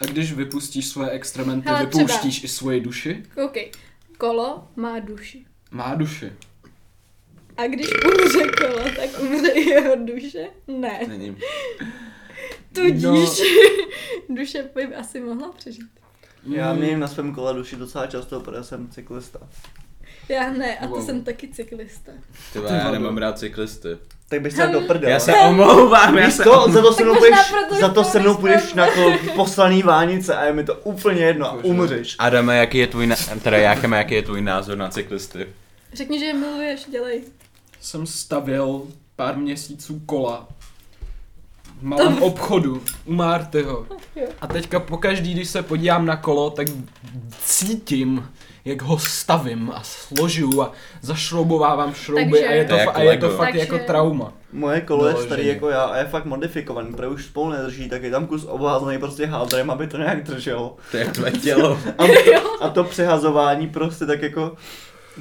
A když vypustíš svoje extrementy,
Hele,
vypouštíš i svoji duši?
Koukej, kolo má duši.
Má duši.
A když umře kolo, tak umře i jeho duše? Ne.
Není.
Tudíž
No.
duše by asi mohla přežít.
Já
Mm.
měním na svém kole duši docela často, protože jsem cyklista.
Já ne, a to
Wow.
jsem taky cyklista.
Ty vole,
Ty
já
vado.
nemám rád cyklisty.
Tak bych se do prdele.
Já se omlouvám, já
Víš
se
to, za to se
Tak
mnou
možná
budeš,
proto
za to
jsi
se
nevyspal.
mnou budeš na kol poslaný vánice a je mi to úplně jedno a
Bože.
umřeš.
Adame, jaký je tvůj, na... teda Jácheme, jaký je tvůj názor na cyklisty?
Řekni, že je miluješ, dělej.
Jsem stavěl pár měsíců kola. V malém obchodu u Martyho.
Jo.
A teďka pokaždý, když se podívám na kolo, tak cítím, jak ho stavím a složu a zašroubovávám šrouby
Takže-
a je to,
To je
fa-
jako
a je to
Lego.
fakt
Takže-
jako trauma.
Moje kolo je
Vyloženě.
starý jako já a je fakt modifikovaný, protože už spolu nedrží, tak je tam kus obházený prostě hádrem, aby to nějak drželo.
To je tvé tělo.
A, a to přehazování prostě tak jako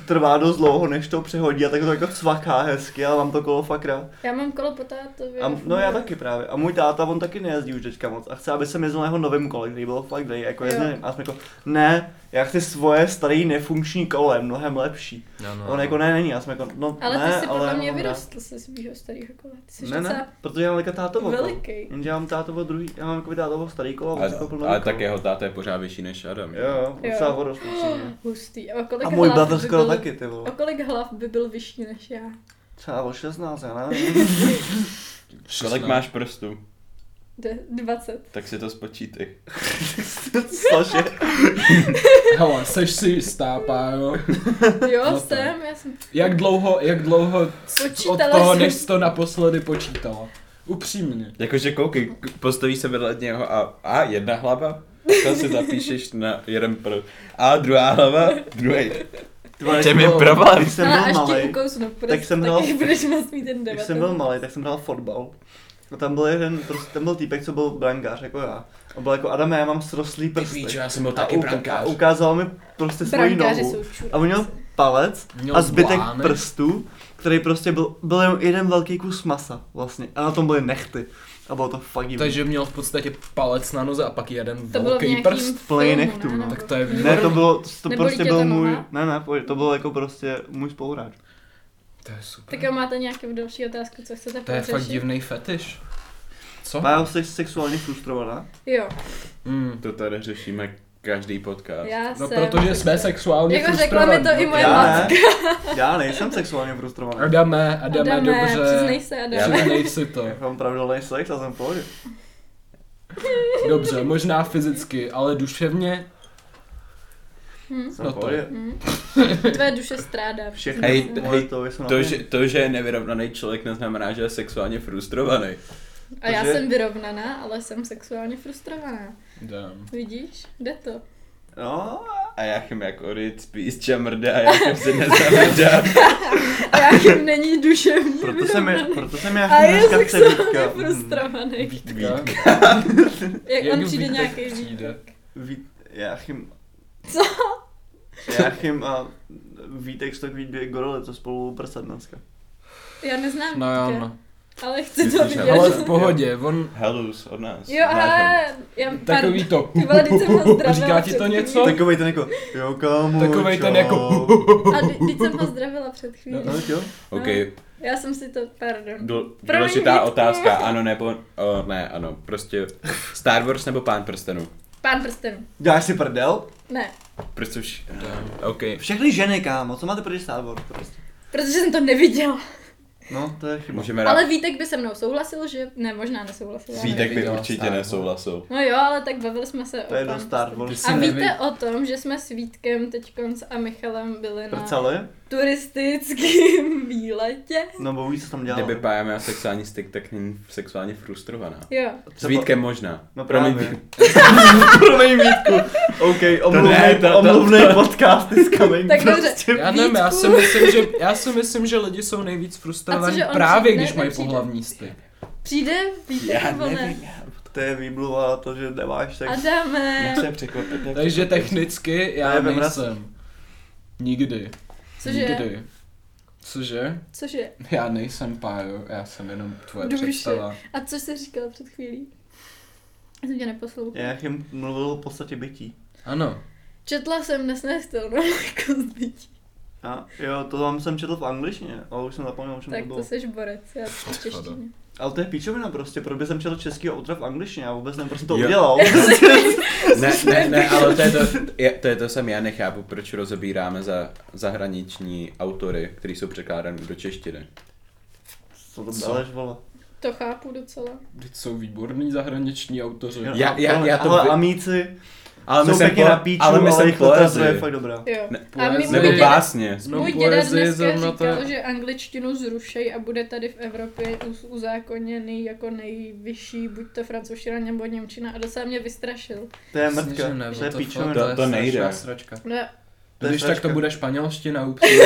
trvá dost dlouho, než to přehodí a tak to jako cvaká hezky a mám to kolo fakt rád.
Já mám kolo po tátovi.
A, m- no já taky právě. A můj táta, on taky nejezdí už teďka moc a chce, aby jsem jezdil na jeho novém kole, který byl fakt dej, jako
Jo.
jezdil. A jsem jako, ne, já chci svoje starý nefunkční kolo, je mnohem lepší.
No,
A
no.
on jako, ne, není, já jsem jako, no
Ale
ne,
ty jsi
ale
podle
já
mě
mám rád.
vyrostl se svýho starého kola. Ty jsi
Ne, ne,
docela
protože já mám jako tátovo kolo.
veliký.
Jenže já mám tátovo druhý, já mám jako tátovo starý kolo, on
Ale,
si koupil nový
ale
kolo.
tak jeho táta je pořád vyšší než Adam.
jako- Jo, jo,
Jo.
docela horost, upřímně.
Hustý. A, o kolik
A můj
hlav
bratr
by
skoro
byl-
taky, ty vole.
O kolik hlav by byl vyšší než já?
Třeba o 16, já nevím.
Kolik máš prstů,
De- 20.
tak si to spočítej.
Cože?
Hele, seš si jistá, pájo.
Jo,
No to-
jsem, já jsem
Jak dlouho, jak dlouho c- od
Počítala
toho,
jsem.
než jsi to naposledy počítala? Upřímně.
Jakože koukej, k- postaví se vedle něho a, a jedna hlava, to si zapíšeš na jeden prd. A druhá hlava, druhý.
Ty vole,
Čem
jak
je
bylo-
problém?
Když jsem
Ale
byl
až ti
malý,
ukousnu prst, tak
jsem
jsem
hrál-
tak budeš moc mít ten
když
debat.
jsem byl malý, tak jsem hrál fotbal. A tam byl jeden, prostě, tam byl týpek, co byl brankář, jako já. A byl jako, Adame, já mám srostlý prsty.
já jsem byl
A, uka- a ukázal mi prostě svoji
Brankáři
nohu.
jsou čuráci.
A on měl palec
Měl
a zbytek
blánek.
prstů, který prostě byl, byl jen jeden velký kus masa vlastně. A na tom byly nechty. A bylo to fakt divný.
Takže měl v podstatě palec na noze a pak jeden
To bylo v
velký
nějakým
prst.
plný
filmu,
nechtů,
ne?
no.
Nebo-
Tak to je
Ne, to bylo, to
Nebolí
prostě
tě
byl
ta
můj,
noha?
ne, ne, pojď, to bylo jako prostě můj spoluhráč.
To je super.
Tak jo, máte nějaké další otázky, co chcete
To je fakt
pořešit?
divný fetiš. Co?
Má jsi sexuálně frustrovaná?
Jo,
Mm.
To tady řešíme každý podcast.
já
Hmm. No
jsem.
protože jsme sexuálně
Jako řekla mi to i moje
Já
matka.
ne, já nejsem sexuálně frustrovaná.
Adame, Adame,
Adame, přiznej
dobře.
se,
Já
Adame.
ne.
Přiznej si to.
Já mám pravidelný sex a jsem v pohodě.
Dobře, možná fyzicky, ale duševně.
Hm?
Jsem
No
v
to
pohodě.
Hm? Tvoje duše strádá.
Všechny
Hej,
přiznej se.
moje to jsou na
To
mě.
že, to, že je nevyrovnaný člověk, neznamená, že je sexuálně frustrovaný.
A já
protože-
jsem vyrovnaná, ale jsem sexuálně frustrovaná.
Damn.
Vidíš? Jde to.
No,
A já jsem jako odjít spíš čamrda, já jsem si nezamrdá.
A já jim není duševní
proto jsem, je,
vyrovnaný.
proto jsem
A
já
je
dneska Mhm. chce Hmm.
sexuálně
Vítka.
frustrovaný.
Vítka.
Jak on
Jak
přijde
Vítek
nějaký
přijde.
Vítek.
Mm, Vít, Jáchym.
Co?
Jáchym a Vítek jsou takový dvě gorole, co spolu prsa dneska.
Já neznám
No jo,
Vítka,
no.
ale chci
Myslíš,
to
že-
vidět.
Ale v pohodě, on
Helus od nás.
Jo,
Máš
ale já
takový to.
Ty vole, teď jsem ho zdravila.
Říká ti to
před
něco?
chvílí.
Takovej ten jako, jo kámo,
Takovej ten
čau.
jako,
A teď- teď jsem ho zdravila před chvílí.
No jo,
OK,
Já jsem si to, pardon.
dů-
Promiň,
důležitá
Vítku.
otázka, ano nebo o, ne, ano, prostě Star Wars nebo Pán prstenů?
Pán prstenů.
děláš si prdel?
Ne,
Prostě už, OK.
Všechny ženy kámo, co máte proti Star Wars prostě?
protože jsem to neviděla.
No, to je chyba.
Můžeme
Ale
rád.
Vítek by se mnou souhlasil, že... Ne, možná nesouhlasil. já nevím.
Vítek by
neviděla Star
určitě
Wars.
nesouhlasil.
No jo, ale tak bavili jsme se
To
o
je do
Pán
Star
prstenů.
Wars.
A
Ty
víte o tom, že jsme s Vítkem teď a Michalem byli na
Prcali?
turistickém výletě?
No bo víš, co tam dělal.
Kdyby Pája měla sexuální styk, tak není sexuálně frustrovaná.
Jo.
S Vítkem možná.
No
Promiň,
právě.
Vít-
Promiň Vítku. OK,
ne,
omluvnej,
to- to-
omluvnej podcast is coming.
Tak dobře.
prostě.
Já nevím, já si, myslím, že, já si myslím, že lidi jsou nejvíc
A
frustrovaní
cože on
právě,
přijde,
když mají
nepřijde?
pohlavní styk.
Přijde Vítek
Já
nebo ne?
nevím, já
To je výmluva to, že nemáš sex.
Adame.
nechci je překvapit. nechci
Takže
překvapit.
technicky
To je
já
vemra-
nejsem. Nikdy.
Cože?
Nikdy. Cože?
Cože?
Já nejsem pájo, já jsem jenom tvoje
Duše.
představa.
A co jsi říkal před chvílí? Já jsem tě neposlouchala.
Já jim mluvil v podstatě bytí.
Ano.
Četla jsem nesnestelnou jako zbytí.
A jo, to vám jsem četl v angličtině, ale už jsem zapomněl, o čem
Tak
to bylo.
to seš borec, já jsem v češtině.
Ale to je píčovina prostě, protože jsem četl český autora v angličtině a vůbec jsem prostě to
Jo.
udělal.
Ne, ne, ne, ale to je to, je, to je to samé, já nechápu, proč rozebíráme za zahraniční autory, který jsou překládaný do češtiny.
Co to dáš, vole?
To chápu docela.
Teď jsou výborní zahraniční autoři.
Jo,
Já- já-
ale,
já to
ale
vy-
amíci
Ale
jsou pěkně na píču, ale, ale jejich literatura je fakt dobrá.
Jo.
Ne,
a my
poezie.
Nebo
můj děda,
básně.
No,
můj děda
poezie
dneska
zrovna to je-
říkal, že angličtinu zrušej a bude tady v Evropě uz- uzákoněný jako nejvyšší, buď to francouzština nebo němčina a docela mě vystrašil.
To je
Jasně,
mrtka,
že ne,
to je
to
píčovina.
fakt- To- to nejde.
strašná Sračka.
No já-
To je
Když tak to
sračka.
bude španělština upřímně.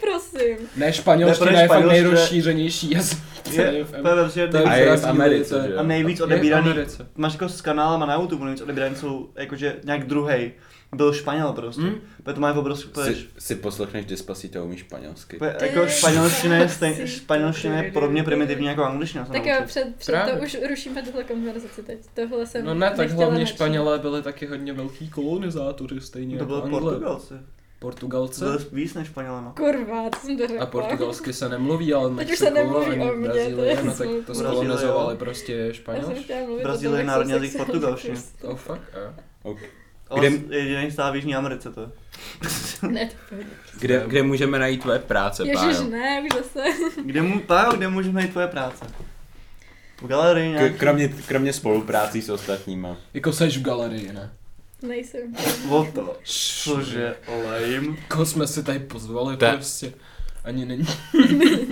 prosím.
Ne, španělština
Ne, protože
je fakt
španělština-
nejrozšířenější jazyk.
Je, to je prostě
To je
A je v
krásný,
Americe,
to je-
že
a
jo?
nejvíc
Je v
odebíraný,
Americe.
máš jako s kanálama na YouTube, nejvíc odebíraný jsou jakože nějak druhý. byl Španěl prostě.
Mm.
Mm?
Hm?
Proto má obrovský... To je,
Si, si poslechneš Despacito, umíš španělsky.
to je, jako španělština je, stejn, španělština je podobně primitivní jako angličtina. se
Tak
naučit.
jo, před, před
No, Právě.
to už rušíme tuhle konverzaci teď. Tohle jsem
No ne, tak
nechtěla
hlavně
načít.
Španělé byli taky hodně velký kolonizátoři, stejně
To
jako
byl
Angle.
Portugalci. To
Portugalce.
byl víc než Španělema.
Kurva, co jsem to řekla.
A portugalsky se nemluví, ale
Teď
Mexiko
už se nemluví
ani
o mně, to je
Brazílie, no tak to
smutný.
skolonizovali
Brazílie, jo.
prostě
Já jsem
Španěl.
chtěla mluvit o tom,
Brazílie
jak
je národní
jsou
jazyk
sexuální
portugalštiny.
prostě.
Oh fuck, a.
Ale
Kde-
jediný stát v Jižní Americe to je.
Ne, to je pohodě.
Kde, kde můžeme najít tvoje práce,
Ježiš,
Pájo?
ne, už zase.
Kde, mu, Pájo, kde můžeme najít tvoje práce? V galerii nějaký.
K- Kromě, kromě spoluprácí s ostatníma.
Jako seš v galerii, ne?
Nejsem.
O to. Cože, olejím.
Koho jsme si tady pozvali
Ta-
prostě? Ani není.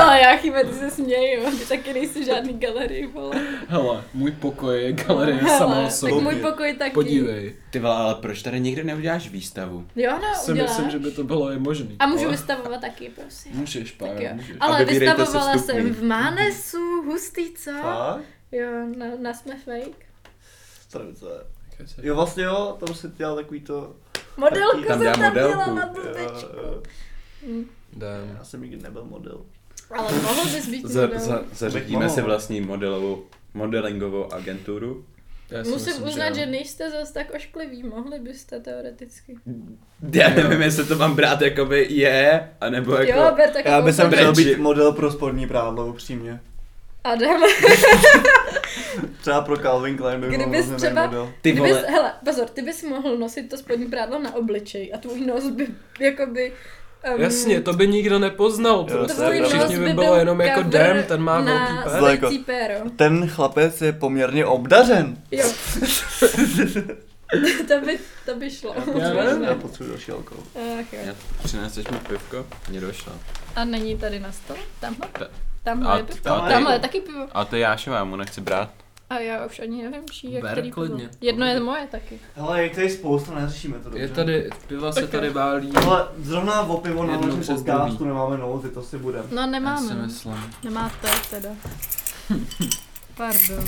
Ale já chyba, ty se směj, jo. Ty taky nejsi žádný galerii, vole.
Hele, můj pokoj je galerie
Hele,
samého
Tak
sobě.
můj pokoj taky.
Podívej.
Ty vole, ale proč tady nikdy neuděláš výstavu?
Jo, no,
Si
uděláš.
myslím, že by to bylo i možný.
A můžu
ale- Hmm,
vystavovat taky, prosím.
Můžeš,
Tak jo.
Pájo, můžeš.
A
Ale
vybírejte si
vystavovala
vstupný.
jsem v Mánesu, hustý, co?
Fakt?
Jo, na, na jsme fake.
Stravice.
Jaké se-
Jo, vlastně jo, tam si dělal takový to...
Modelku
Tam
jsem
dělá
tam dělala
modelku.
na
Jo,
blbečku. Hmm.
jo.
Damn.
Já jsem nikdy nebyl model.
Ale mohl bys být
Za,
model.
za, zařídíme
Mohl.
si vlastní modelovou, modelingovou agenturu.
Já si
Musím
myslím,
uznat, že,
jo.
nejste zase tak oškliví, mohli byste teoreticky.
Já nevím, jestli to mám brát jakoby je, anebo jako...
jo, ber tak
Já bych sem chtěl
Brečí.
být model pro spodní prádlo, upřímně.
Adam,
Třeba pro Calvin Klein by byl
Kdybys
hrozně
třeba-
model.
Ty
ty bys,
vole,
hele, pozor, ty bys mohl nosit to spodní prádlo na obličej a tvůj nos by, jakoby... Um,
Jasně, to by nikdo nepoznal,
tvůj
prostě.
nos
Všichni by
byl
bylo jenom jako
cover
dem, ten má
na
velký
pé-
pár.
Zleko.
zlatý péro.
Ten chlapec je poměrně obdařen.
Jo. to, by, to by šlo.
Já nevím.
Já potřebuji další alkohol.
Ach, jo.
Já- přineseš mi pivko? Mně došlo.
A není tady na stole? Tamhle?
Ta-
Tamhle
a-
No, je pivo.
ta-
ta-
Tamhle je taky pivo.
A to Jášová mu nechci brát.
A já už ani nevím, čí je
Ber
který
klidně.
pivo. Jedno je moje taky.
Hele, jak tady spousta, neřešíme to dobře.
Je tady, piva se tady válí.
Ale zrovna o pivo na
Jednou
našem
přes
podcastu
druhý.
nemáme nouzy, to si budem.
No
Já
nemáme.
si myslím.
Nemáte teda. Pardon.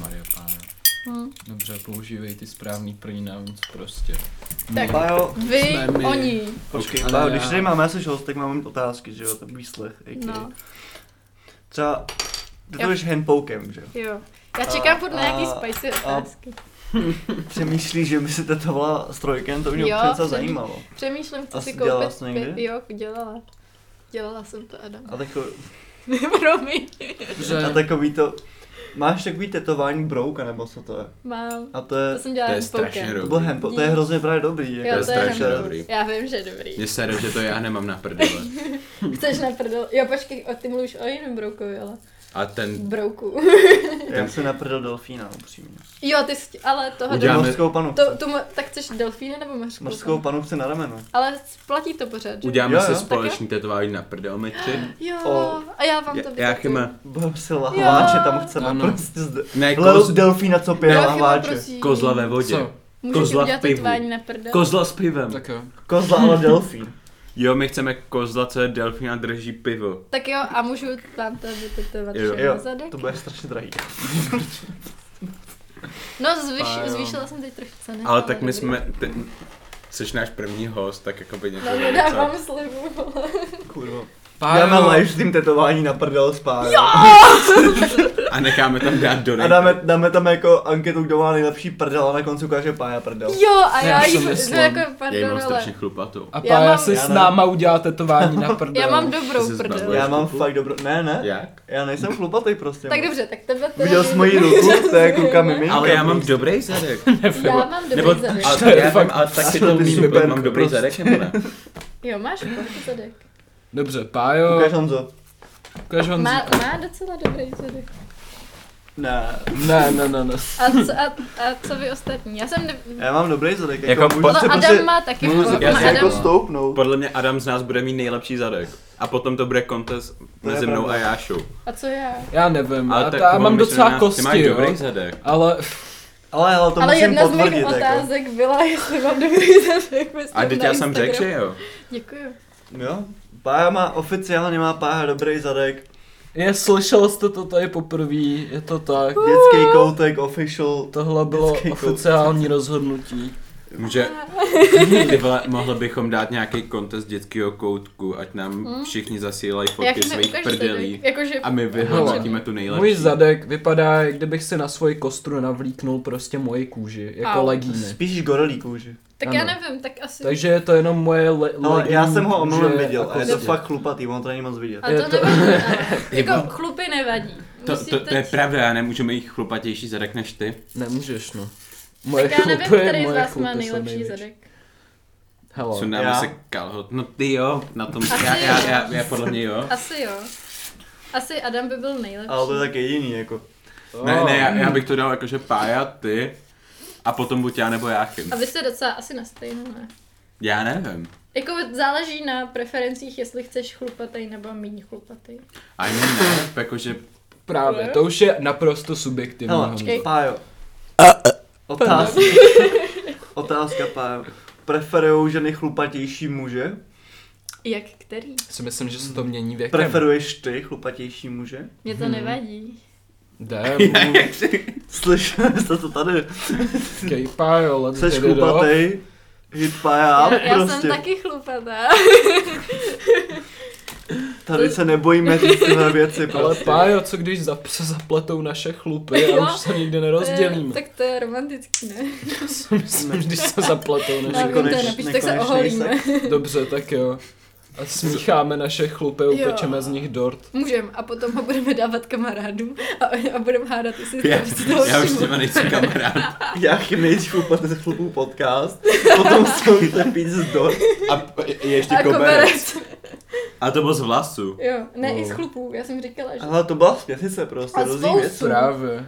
Mario Pájo. No.
Hm.
Dobře, používej ty správný pronouns prostě.
Tak.
Pájo,
Vy,
Jsme my.
oni.
počkej,
Ale
Pájo,
já-
když tady máme asi host, tak máme mít otázky, že jo, ten výslech, a.k.a.
No,
Třeba, ty to
Jo.
jdeš handpokem, že jo.
jo. Já čekám furt na nějaký
A-
spicy
a-
otázky.
Přemýšlíš, že by se tetovala s trojkem, to by mě
Jo,
přece
přemý-
zajímalo.
Přemýšlím, chci
A
si
jsi dělala
koupit
jsi někdy?
pě- Jo, dělala. Dělala jsem to, Adam.
A, tako,
Promiň.
a takový to, máš takový tetování brouka, nebo co to je?
Mám.
A to je,
To jsem dělala
To je
jen
strašně
poukem.
to byl handpo, to je hrozně právě dobrý.
Jo,
Jako,
to je
strašně
hrozně
dobrý.
Já vím, že dobrý.
Mně se že to já nemám na prdele.
Chceš na prdel. Jo, počkej, o ty mluvíš o jiném broukovi, ale.
A ten...
Brouku.
já jsem naprdel delfína, upřímně. Jako
Jo, ty jsi, ale toho
Udělám- Uděláme-
Mořskou panu.
To, tu, mo- tak chceš delfíny nebo mořskou?
Mořskou panu chce na rameno.
Ale platí to pořád, že?
Uděláme
Jo,
si
jo.
společný tetování na prdelmeči.
Jo,
O.
a já vám to
Já
vytatuju.
chyma
Budeme si lahváče, tam chceme
Ano.
prostě zde.
Ne,
Hledu
koz,
delfína, co pije
Já chyma,
lahváče.
prosím.
kozla ve vodě.
Co?
Můžeš
kozla v
udělat
pivu.
tetování na prdel?
Kozla s pivem.
Tak jo.
Kozla, ale delfín.
Jo, my chceme kozla, co je delfín a drží pivo.
Tak jo, a můžu vám to vytetovat
Jo.
všechno
Jo,
na zadek?
to bude strašně drahý.
No, zvýš,
A jo.
zvýšila jsem teď trochu ceny.
Ale tak
dobrý.
my jsme... Ty, jsi náš první host, tak jako by něco...
No,
něco-
nedávám slibu, vole.
Kurva. Dáme
Pájo,
live stream tetování na prdel s pár.
A necháme tam dát do
A dáme, dáme tam jako anketu, kdo má nejlepší prdel a na konci ukáže pája prdel.
Jo, a
Já
já
si
jí,
myslím.
no jako,
Já jí
pardon,
mám
ale
strašně chlupatou.
a
Já
Pája
mám-
si
Já
s
ne.
náma udělá tetování na prdel.
já mám
Jsi
dobrou
se
prdel.
zbavila.
Já mám
Kuku?
fakt dobro... Ne, ne.
Jak?
Já nejsem chlupatý prostě.
Tak dobře, tak tebe to...
Viděl jsi moji ruku, to je kuka miminka.
Ale já mám
prostě.
dobrý zadek.
Já mám dobrý
Nebo,
zadek.
a,
To je
já
fakt-
fakt, a tak si
Až to
to
ty
umím,
superko
mám dobrý
prostě.
zadek nebo ne?
Jo, máš dobrý zadek.
Dobře, Pájo,
Ukáž Honzo.
ukáž Honzi.
Má, má docela dobrý zadek.
Ne.
Ne, ne, ne, ne.
A co, a, a co vy ostatní? Já jsem... Ne...
Já mám dobrý zadek.
Jako
Jako, jako
po-
můžu
Ale
se
Adam
prostě...
má taky
Můžu se
formu.
Já
prostě
jsem
jako
Adam,
stoupnout.
Podle mě Adam z nás bude mít nejlepší zadek. A potom to bude kontest mezi mnou a
pravda.
Jášou.
a co já?
Já nevím,
Ale
a
tak
ta, já
to
mám
myslím, že
docela
nás- Ty máš
kosti, jo.
dobrý zadek.
Ale
Ale, ale to
Ale
musím
jedna z mých
potvrdit. Jako.
otázek byla, jestli mám dobrý zadek. myslím,
A teď
na
já jsem
Instagramu.
řekl, že jo.
Děkuju.
Jo. Pája má oficiálně má pája dobrý zadek.
je, slyšel jste to tady poprvé, je to tak.
Dětský koutek official.
Tohle bylo
Vždycky kousek.
oficiální rozhodnutí.
Může, ty vole, mohli bychom dát nějaký kontest dětského koutku, ať
Hm?
nám všichni zasílají fotky
Jak mi
svých
ukážeš
prdelí.
zadek? Jakože...
A my vyhlásíme tu nejlepší.
Můj zadek vypadá, jak kdybych si na svoji kostru navlíknul prostě moje kůži, jako
Au.
legíny.
Spíš gorelý kůži.
Tak já
Ano.
nevím, tak asi...
Takže je to jenom moje le-
Ale
legín,
No, já jsem ho omylem
kůže
jako
viděl
a
a jako je to
kostě.
fakt chlupatý, ono to není moc vidět.
A to,
je
to
to-
nevadí, ale... jako
Jako,
chlupy nevadí.
to,
Musíte
to, to, je
ti-
pravda, já nemůžeme jít chlupatější zadek než ty.
Nemůžeš, no.
Tak já nevím,
chlupy,
který z
moje
vás má
chlupy jsou
nejlepší
největší.
zadek.
Hele,
Sundáme
Já?
se kalhot. No ty jo, na tom,
Asi
já, já,
jo.
já, já, podle mě jo.
Asi jo. Asi Adam by byl nejlepší.
Ale to je tak jediný, jako.
Ne, ne, já,
Mm.
já bych to dal jakože Pája, ty a potom buď já nebo Jáchym.
A vy jste docela asi na stejno, ne?
Já nevím.
Jako záleží na preferencích, jestli chceš chlupatej nebo méně chlupatej.
A jiný ne, jakože
Právě, to už je naprosto subjektivní.
Hele,
Honzo.
Počkej.
Pájo. Otázka. Otázka, Pájo. Preferujou ženy chlupatější muže?
Jak který?
si myslím, že se to mění věkem.
Preferuješ ty chlupatější muže?
Mně to nevadí.
Damn,
Slyšeli jste to tady?
okay, pájo, let's
Seš
get it up.
chlupatej? Hit pája,
Já, já jsem
prostě.
taky chlupatá.
Tady se nebojíme říct tyhle věci,
Ale
prostě.
pájo, co když zap- se zapletou naše chlupy
Jo.
a už se nikdy
To je-
nerozdělíme.
Tak to je romantický, ne?
Myslím, když se zapletou naše
Dávím to
Nekoneč-
napiš, tak se
nekonečnej
oholíme.
Dobře, tak jo. A smícháme naše chlupy, upečeme
Jo.
z nich dort.
Můžem a potom ho budeme dávat kamarádům a, a budeme hádat, jestli
já,
jste si toho
já už s
všimli.
těma nejsem kamarád.
Já chymnejší chlupat ze chlupů podcast, potom se umíte pít z dor.
A p- je ještě
A
Jako
jako
koberec.
koberec.
A to bylo z vlasu.
Jo, ne i z
No.
chlupů, já jsem říkala, že...
Ale to byla směsice prostě,
A
různý
spoustu.
věci.
Právě.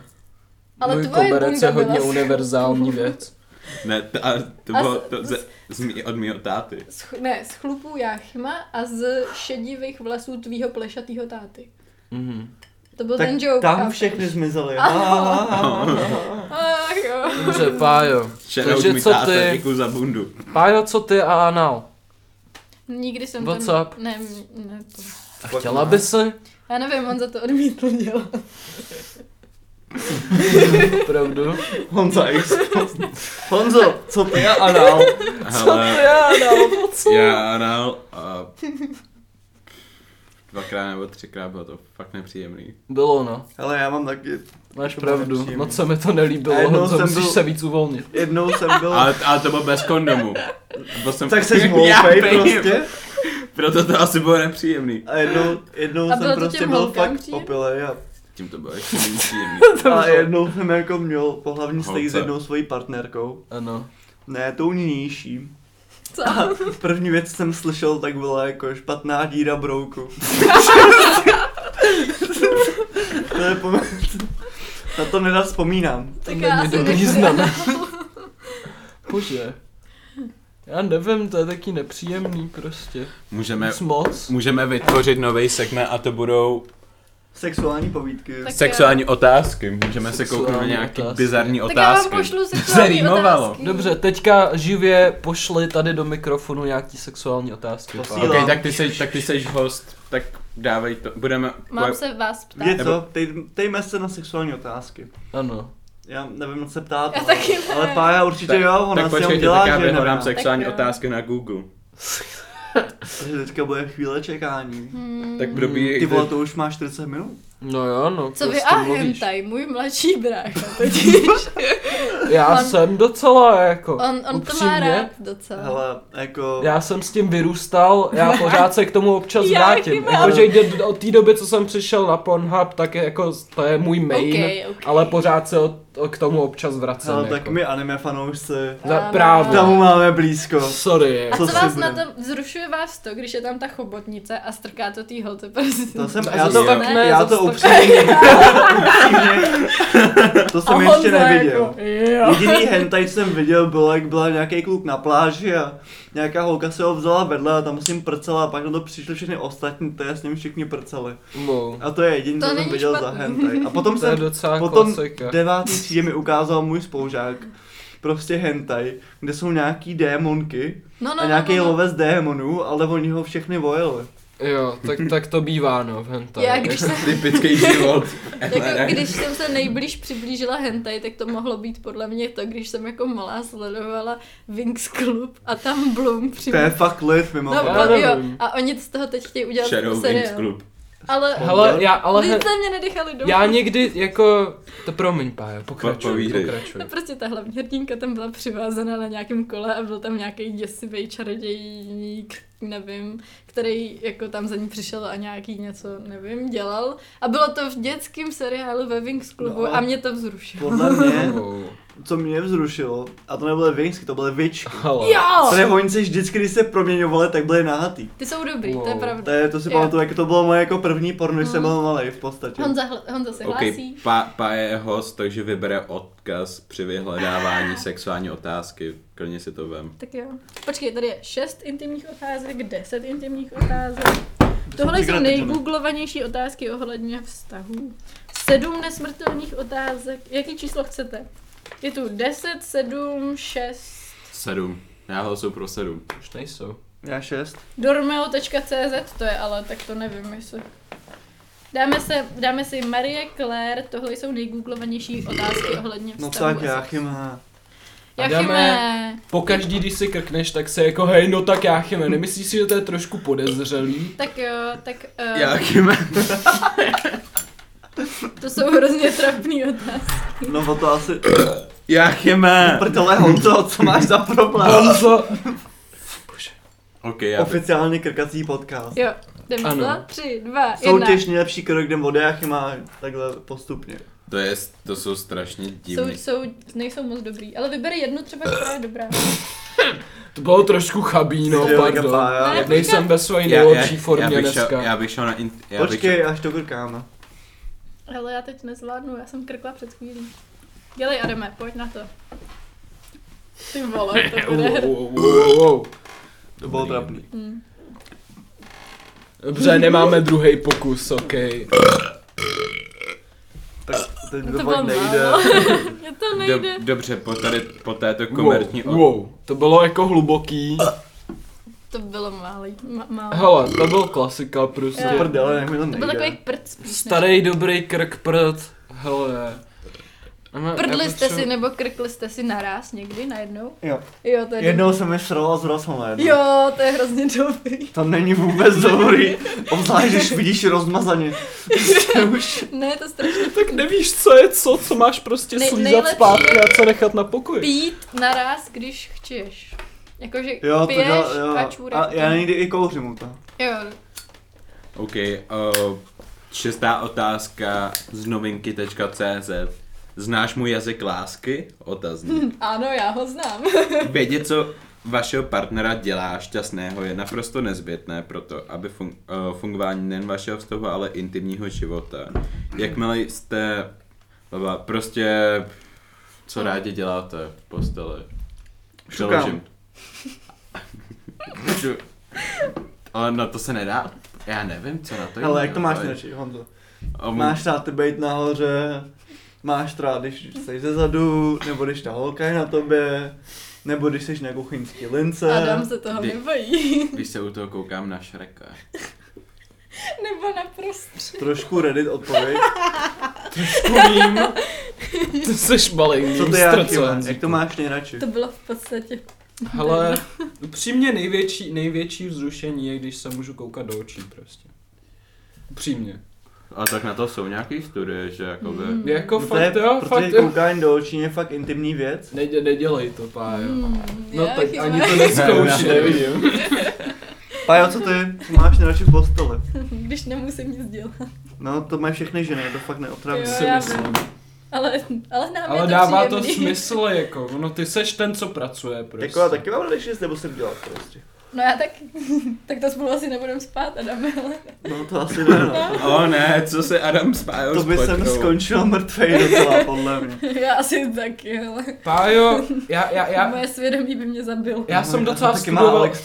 Ale
Můj
tvoje
koberec
bunda
je hodně
byla-
univerzální věc.
Ne, to, a to
A
bylo
s-
to, ze, z mý, od mýho táty.
Z, ch- ne, z chlupů Jáchyma a z šedivých vlasů tvýho plešatýho táty.
Mhm.
To byl
Tak
ten joke.
tam
chápeš?
všechny zmizely. Ah, ah, ah, ah.
Ach jo.
Dobře, pájo.
Shoutout
Takže
mi
co
táta,
ty?
děkuju za bundu.
Pájo, co ty a anal?
Nikdy jsem
What's
to...
up?
Ne, ne to.
A chtěla by se?
Já nevím, on za to odmítl dělat.
Opravdu.
Honza X. Honzo, co ty a anal?
Hele,
Já anal.
já anal a dvakrát nebo třikrát bylo to fakt nepříjemný.
Bylo no.
Ale já mám taky...
Máš
To bylo
pravdu.
nepříjemný.
Moc se mi to
A
nelíbilo,
jednou
Honzo,
jsem
musíš
byl-
se víc uvolnit.
Jednou jsem byl...
Ale, ale to bylo bez kondomu. Byl jsem,
Tak se
Já
moupej
vím.
prostě.
Proto to asi bylo nepříjemný.
A jednou, jednou
A bylo
jsem
to
prostě
těm
byl
holkám
fakt
příjemný?
opilej a,
Tím to bylo ještě méně příjemný.
a jednou jsem jako měl pohlavní styk s
Holce.
jednou svojí partnerkou.
Ano.
Ne, tou nynější.
Co?
A první věc jsem slyšel, tak byla jako špatná díra brouku. to je pom... Na to nerad vzpomínám.
Tak
To
já
není
asi
dobrý
nebudu.
znak. Bože. Já nevím, to je taky nepříjemný prostě.
Můžeme,
Nic moc.
můžeme vytvořit nový segment a to budou
Sexuální povídky.
Tak-
sexuální otázky. Můžeme se
Sexuální
kouknout na nějaké
otázky.
bizarní
Tak já
otázky.
vám pošlu sexuální
Zrýmovalo.
otázky.
Dobře, teďka živě pošli tady do mikrofonu nějaký sexuální otázky.
Posílám.
pán.
Ok, tak ty, seš, tak ty seš host, tak dávej to. Budeme...
Mám se vás ptát.
Víte co, Tej- tejme se na sexuální otázky.
Ano.
Já nevím, na co se ptát,
Já
ale,
taky ne.
ale pája určitě
tak,
jo,
tak
ona si jenom
počkejte,
dělá,
tak
že
já
je
vyhledám
nebrá.
sexuální
Tak jo.
otázky na Google.
Takže teďka bude chvíle čekání.
Hmm.
Tak kdo
kdo
by...
by-
Ty vole, to už máš 40 minut?
No jo, no.
Co vy
prostě
a
mluvíš.
hentai, můj mladší brácha totiž.
Já
On-
jsem docela jako.
On, on to má
upřímně,
rád docela.
Hele, jako...
Já jsem s tím vyrůstal, já pořád se k tomu občas
Já
vrátím.
chyba.
Jakože jde od té doby, co jsem přišel na Pornhub, tak je jako to je můj main,
Okej, okej.
ale pořád se od, o, k tomu občas vracím.
Hele, tak
jako.
my anime fanoušci,
Za
Ano.
právě.
tam máme blízko.
Sorry.
A
jako.
co,
Co si
vás na
budem?
tom, vzrušuje vás to, když je tam ta chobotnice a strká to tý holce prostě?
To jsem,
To
já
zas
to,
tak
ne,
já
zas
to
tak ne.
upřímně, upřímně, to jsem ještě neviděl.
jo.
Jediný hentai, co jsem viděl, bylo, jak byla nějaký kluk na pláži a nějaká holka se ho vzala vedle a tam s ním prcela a pak na to přišli všechny ostatní, to je s ním všichni prceli.
Wow.
A to je jediný,
To
co jsem
není
viděl za
špatný.
hentai. A potom
To je
jsem,
docela
potom
klasika.
devátý třídě mi ukázal můj spoužák, prostě hentai, kde jsou nějaký démonky
No, no,
a nějaký
no, no, no.
lovec démonů, ale oni ho všechny vojeli.
Jo, tak, tak to bývá, no, v hentai.
Já, když jsem,
Typický život.
jako, když jsem se nejblíž přiblížila hentai, tak to mohlo být podle mě to, když jsem jako malá sledovala Wings Club a tam Bloom
To je
přibývá.
fakt lid, mimo.
No,
vole.
po, jo,
nevím.
a oni z toho teď chtějí udělat
Shadow Wings
seriál.
Club.
Ale,
Hele, já, ale...
lidi
He,
na mě nedechali domů.
já někdy, jako... To promiň, Pájo, pokračuj,
Povídej.
pokračuj.
No prostě ta hlavní hrdinka tam byla přivázaná na nějakém kole a byl tam nějaký děsivý čarodějník, nevím, který jako tam za ní přišel a nějaký něco, nevím, dělal. A bylo to v dětském seriálu ve Wings klubu
No.
a mě to vzrušilo.
Podle mě,
Oh.
co mě vzrušilo, a to nebyly vinsky, to byly vičky.
Hele.
Jo!
Tady oni se vždycky, když se proměňovali, tak byli nahatý.
Ty jsou dobrý, to
Wow.
je
To,
pravda.
je, to si
Jo.
pamatuju, jak to bylo moje jako první porno, když jsem
Hmm.
byl malý v podstatě.
Honza, hl- Honza se
OK,
hlásí.
pa, pa je host, takže vybere odkaz při vyhledávání sexuální otázky. Klidně si to vem.
Tak jo. Počkej, tady je 6 intimních otázek, 10 intimních otázek. Tohle
Tykrát,
jsou
Johane.
nejgooglovanější otázky ohledně vztahů. 7 nesmrtelných otázek. Jaký číslo chcete? Je tu 10, 7, 6.
Sedm. Já hlasuju pro sedm.
Už nejsou.
Já šest.
Dormeo.cz to je, ale tak to nevím, jestli... Dáme, se, dáme si Marie Claire, tohle jsou nejgooglovanější otázky ohledně
No
vztahu.
tak, já chymá.
A
Jachime.
Pokaždý, když si krkneš, tak se jako hej, no tak já chyme. Nemyslíš si, že to je trošku podezřelý?
Tak jo, tak uh,
Já chyme.
to jsou hrozně trapný otázky.
No o to asi...
Já chyme.
Prtele Honzo, co máš za problém?
Honzo!
OK, já bych...
Oficiálně krkací podcast.
Jo, jdeme
Ano.
na tři, dva, jedna.
Soutěž nejlepší krok, jdem od Jachima takhle postupně.
To, je, to jsou strašně
Jsou,
divný.
jsou, nejsou moc dobrý, ale vyber jednu třeba, která je dobrá.
To bylo trošku chabí, no,
Jo,
pardon.
kapá, jo.
Ne,
Nejsem ve své
Já, já,
nejlepší
já,
formě
bych šel,
dneska.
já bych šel na... In, já bych
Počkej,
šel,
až to krkáme.
Hele, já teď nezvládnu, já jsem krkla před chvílí. Dělej, Adame, pojď na to. Ty vole, to bude
Wow,
hr...
wow, wow, wow.
To bylo
Dobrý.
trapný.
Hm.
Dobře, nemáme druhý pokus, okej.
Tak teď
No
to
to bylo
fakt nejde.
málo. Mně to nejde.
do, dobře, po, tady, po této komerční...
wow, wow, to bylo jako hluboký.
To bylo málo. Ma- málo.
Hele, to byl klasika prostě.
No prdele, nech mi to
To byl takový
nejde.
prd spíš. Starý.
Starý dobrý krk prd. Hele. Máme-
Prdli
já
jste
potřebuji-
si nebo krkli jste si naraz někdy najednou?
Jo.
Jo, to je
Jednou jsem je sral a zrosl najednou.
Jo, to je hrozně dobrý.
To není vůbec dobrý. Obzvlášť, když vidíš rozmazaně. To už...
Ne, to strašně
Tak nevíš, co je co, co máš prostě
Nej-
slízat
nejlepší
zpátky a co nechat na pokoji.
pít naraz, když chceš. Jakože
Jo, to
piješ
dělá,
a
jo.
čůrek.
A já někdy i kouřím u toho.
Jo,
OK, uh, šestá otázka z novinky.cz. Znáš můj jazyk lásky? Otazník.
ano, já ho znám.
Vědět, co vašeho partnera dělá šťastného, je naprosto nezbytné pro to, aby fun- uh, fungování nejen vašeho vztahu, ale intimního života. Jakmile jste baba, prostě co rádi děláte v posteli?
Šukám.
Šu- ale na to se nedá. Já nevím, co na to
Hele, jak to máš
ale-
radši, Honzo?
Um,
Máš rád být nahoře, máš rád, když jsi ze zadu, nebo když ta holka je na tobě, nebo když jsi na kuchyňský lince.
Adam se toho
Kdy-
nebojí.
Když se u toho koukám na Šreka.
Nebo naprosto.
Trošku Reddit odpověď.
Vím. Ty jsi malinký
Co ty
mistr,
já,
co
Kima? Jak
Honzíku.
to máš nejradši?
To bylo v podstatě.
Hele, upřímně největší, největší vzrušení je, když se můžu koukat do očí prostě. Upřímně.
A tak na to jsou nějaký studie, že jakoby... Mm.
Jako
No to je,
fakt, jo, fakt,
protože
jo.
koukání do očí je fakt intimní věc.
Nedě, nedělej to, pájo.
Hmm,
No
já
tak
chyba.
ani to neskouší,
Ne, ne, ne.
nevidím.
Pájo, co ty? Co máš nejradši v posteli?
Když nemusím nic dělat.
No, to mají všechny ženy, je to fakt neotravné.
Jo,
Si
já
myslím.
Ale, ale nám je
Ale
to
dává to
příjemný.
smysl, jako, no ty seš ten, co pracuje, prostě.
Jako já taky mám radši, nebo jsem dělat prostě.
No já tak, tak to spolu asi nebudem spát, Adame, ale...
No to asi ne, no.
O ne, co se Adam spájil
To by
s
jsem
Petrou?
skončil mrtvej docela, podle mě.
Já asi taky, ale...
Pájo, já, já,
Já...
já,
Moje svědomí by mě zabilo.
já jsem docela
taky má
studoval,
Alex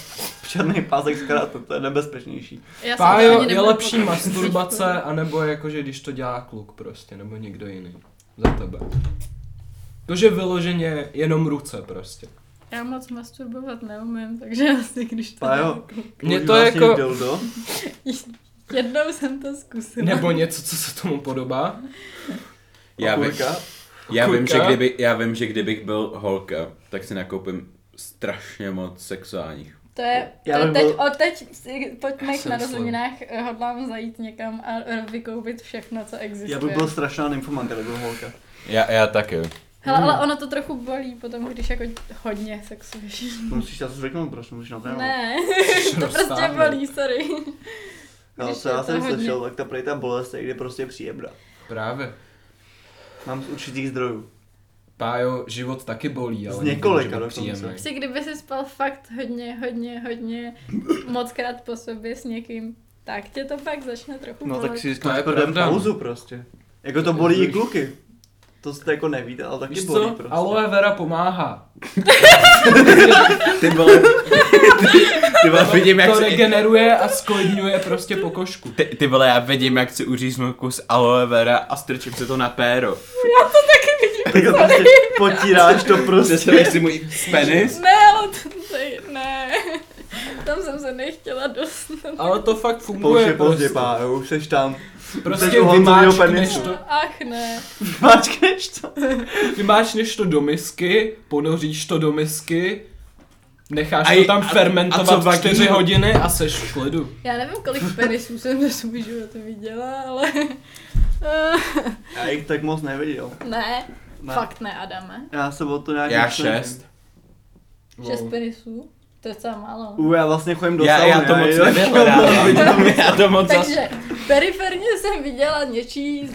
černý pásek z karate, to je nebezpečnější.
Já jsem
Pájo,
rozhodně
je
nebudu
lepší
pokračovat.
masturbace, anebo jakože když to dělá kluk prostě, nebo někdo jiný. Za tebe. To, že vyloženě jenom ruce prostě.
Já moc masturbovat neumím, takže asi když to...
Pájo,
Mně to
používáš
jako-
někdy dildo?
Jednou jsem to zkusila.
Nebo něco, co se tomu podobá.
Já, vím,
Okulka?
já, vím, že
Okulka?
kdyby, já vím, že kdybych byl holka, tak si nakoupím strašně moc sexuálních.
To je,
Já
to je
bych
teď,
byl-
od teď si, pojďme k
Jsem
narozeninách, eh, hodlám zajít někam a eh, vykoupit všechno, co existuje.
Já bych byl strašná nymfomanka, kdyby byl holka.
Já, já taky.
Hele,
Hmm.
ale ono to trochu bolí potom, když jako hodně sexuješ.
To musíš asi zvyknout, proč musíš na to
Ne, to prostě
roztáhnout.
bolí, sorry.
No,
Když
co
je
já
to
jsem
hodně.
slyšel, tak ta prej ta bolest je někdy prostě příjemná.
Právě.
Mám z určitých zdrojů.
Pájo, život taky bolí, ale
Z
nikdy může být
několika dokonce.
příjemný.
Prostě kdyby si spal fakt hodně, hodně, hodně moc krát po sobě s někým, tak tě to pak začne trochu
No
bolet.
tak si
To je
vždycky
Jako
prvem
pravda.
pauzu prostě. Jako to
To
bolí i
víš.
kluky. To jste jako nevíte, ale taky
Víš
bolí
co?
prostě.
Aloe vera pomáhá.
Ty vole, ty vole, vidím, jak
to
si,
regeneruje a skojdňuje prostě pokožku.
ty, ty vole, já vidím, jak si uříznu kus aloe vera a strčím se to na péro.
Tak to prostě potíráš to prostě.
Představuješ si můj penis?
Ne, ale to, to je, ne. Tam jsem se nechtěla dostat.
Ale to fakt funguje
Pouště pozdě,
prostě.
pá, jo, už seš tam. Jsi
Prostě
u Honzovýho
vymáčkneš
penisu.
to,
Ach ne.
Máčkneš to.
vymáčkneš to do misky, ponoříš to do misky, necháš
A
to
je-
tam
a- a co
fermentovat
pak
4
jí?
hodiny a seš v klidu.
Já nevím, kolik penisů jsem za svůj život viděla, ale... Eh,
Já jich tak moc neviděl.
ne,
Ne.
fakt ne, Adame.
Já se o to nějak
Já
moc nevím.
šest.
Šest penisů? To je docela málo.
U, já vlastně chodím do
Já,
sauny.
já to moc
jo.
nevyhledávám. Já to moc zas...
Takže periferně jsem viděla něčí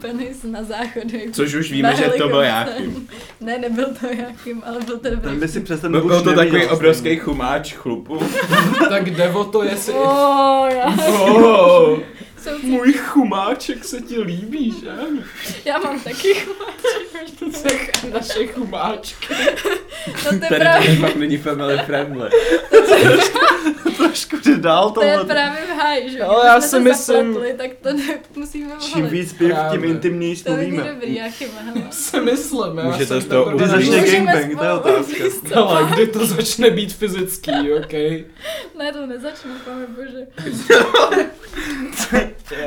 penis na záchodech.
Což už víme, že to byl
já.
Jáchym.
Ne, nebyl to Jáchym, ale byl to
Ten
dobrý.
by si přes ten
Byl
buš
byl to
neviděl
takový
no, stejně.
obrovský chumáč chlupu.
Tak jde o to, jestli...
Oh, já,
Oh,
jsou,
můj chumáček se ti líbí, že?
já mám taky chumáček.
Naše chumáčky.
No to je
Tady
právě,
to fakt není family friendly.
Trošku jde dál
to je
tohle.
právě v háji, že?
Ale
Když
já
jsme
si
to
myslím-
zapletli, tak to ne, musíme
Čím
volit.
víc piv, tím
Právě.
intimnější
To není
mluvíme.
dobrý, Jáchyme, hele.
Se myslím, já
Můžete
jsem
z toho
teprve-
Kdy začne
Můžeme
gangbang, to je
spolu
otázka.
Ale kdy to začne být fyzický, okej?
Ne, to nezačnu, pane bože.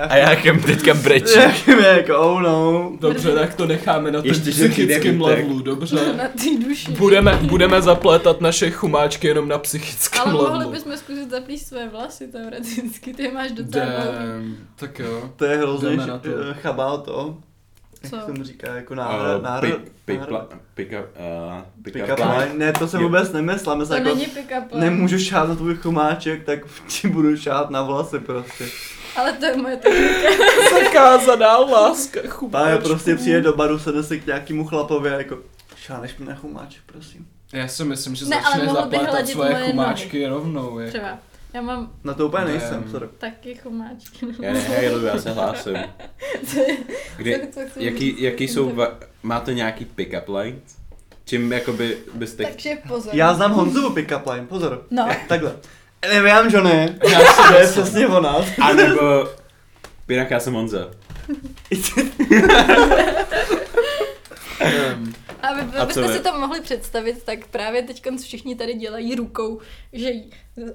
A Jáchym teďka brečí.
Jak je jako, oh no.
Dobře, tak to necháme na tom
Ještě, že
psychickém
přijde Vítek.
levelu, dobře?
Na té duši.
Budeme, budeme zaplétat naše chumáčky jenom na psychickém
Ale mohli
levelu.
bychom zkusit zaplíst své vlasy teoreticky, ty je máš docela dlouhý.
Damn, tak jo.
To je hrozně
Jdeme na to.
eh, chabal to. Jak
Co?
se mu říká,
Eh,
jako
eh,
náhrad, náhrad, náhrad. Pick up
Pick-up
line. Ne, to jsem
Jo.
vůbec nemyslel,
To
myslím jako,
není pick-up line.
nemůžu šát na tvůj chumáček, tak ti budu šát na vlasy prostě.
Ale to je moje technika.
Zakázaná láska
Pája
chumáčku.
prostě přijde do baru, sedne se k nějakému chlapovi a jako, šáneš mi na chumáček, prosím.
Já si myslím, že
Ne, ale
začne
mohl by
zaplétat
hladit
svoje
moje
chumáčky rovnou. Je.
Třeba. Já mám
Na to úplně
Ne.
nejsem, sorry.
taky chumáčky.
Já nehejluju, já se hlásím. Kdy,
Co chci říct?
jaký, jaký jsou, va- máte nějaký pick-up lines? Čím jakoby byste...
Takže pozor.
Já znám Honzovu pick-up line, pozor.
No,
Takhle. Nevím, Johnny.
Já si
To je přesně o nás.
A nebo... Jinak já jsem Honza.
myslím.
aby
A co
byste
vy?
si to mohli představit, tak právě teď všichni tady dělají rukou, že ji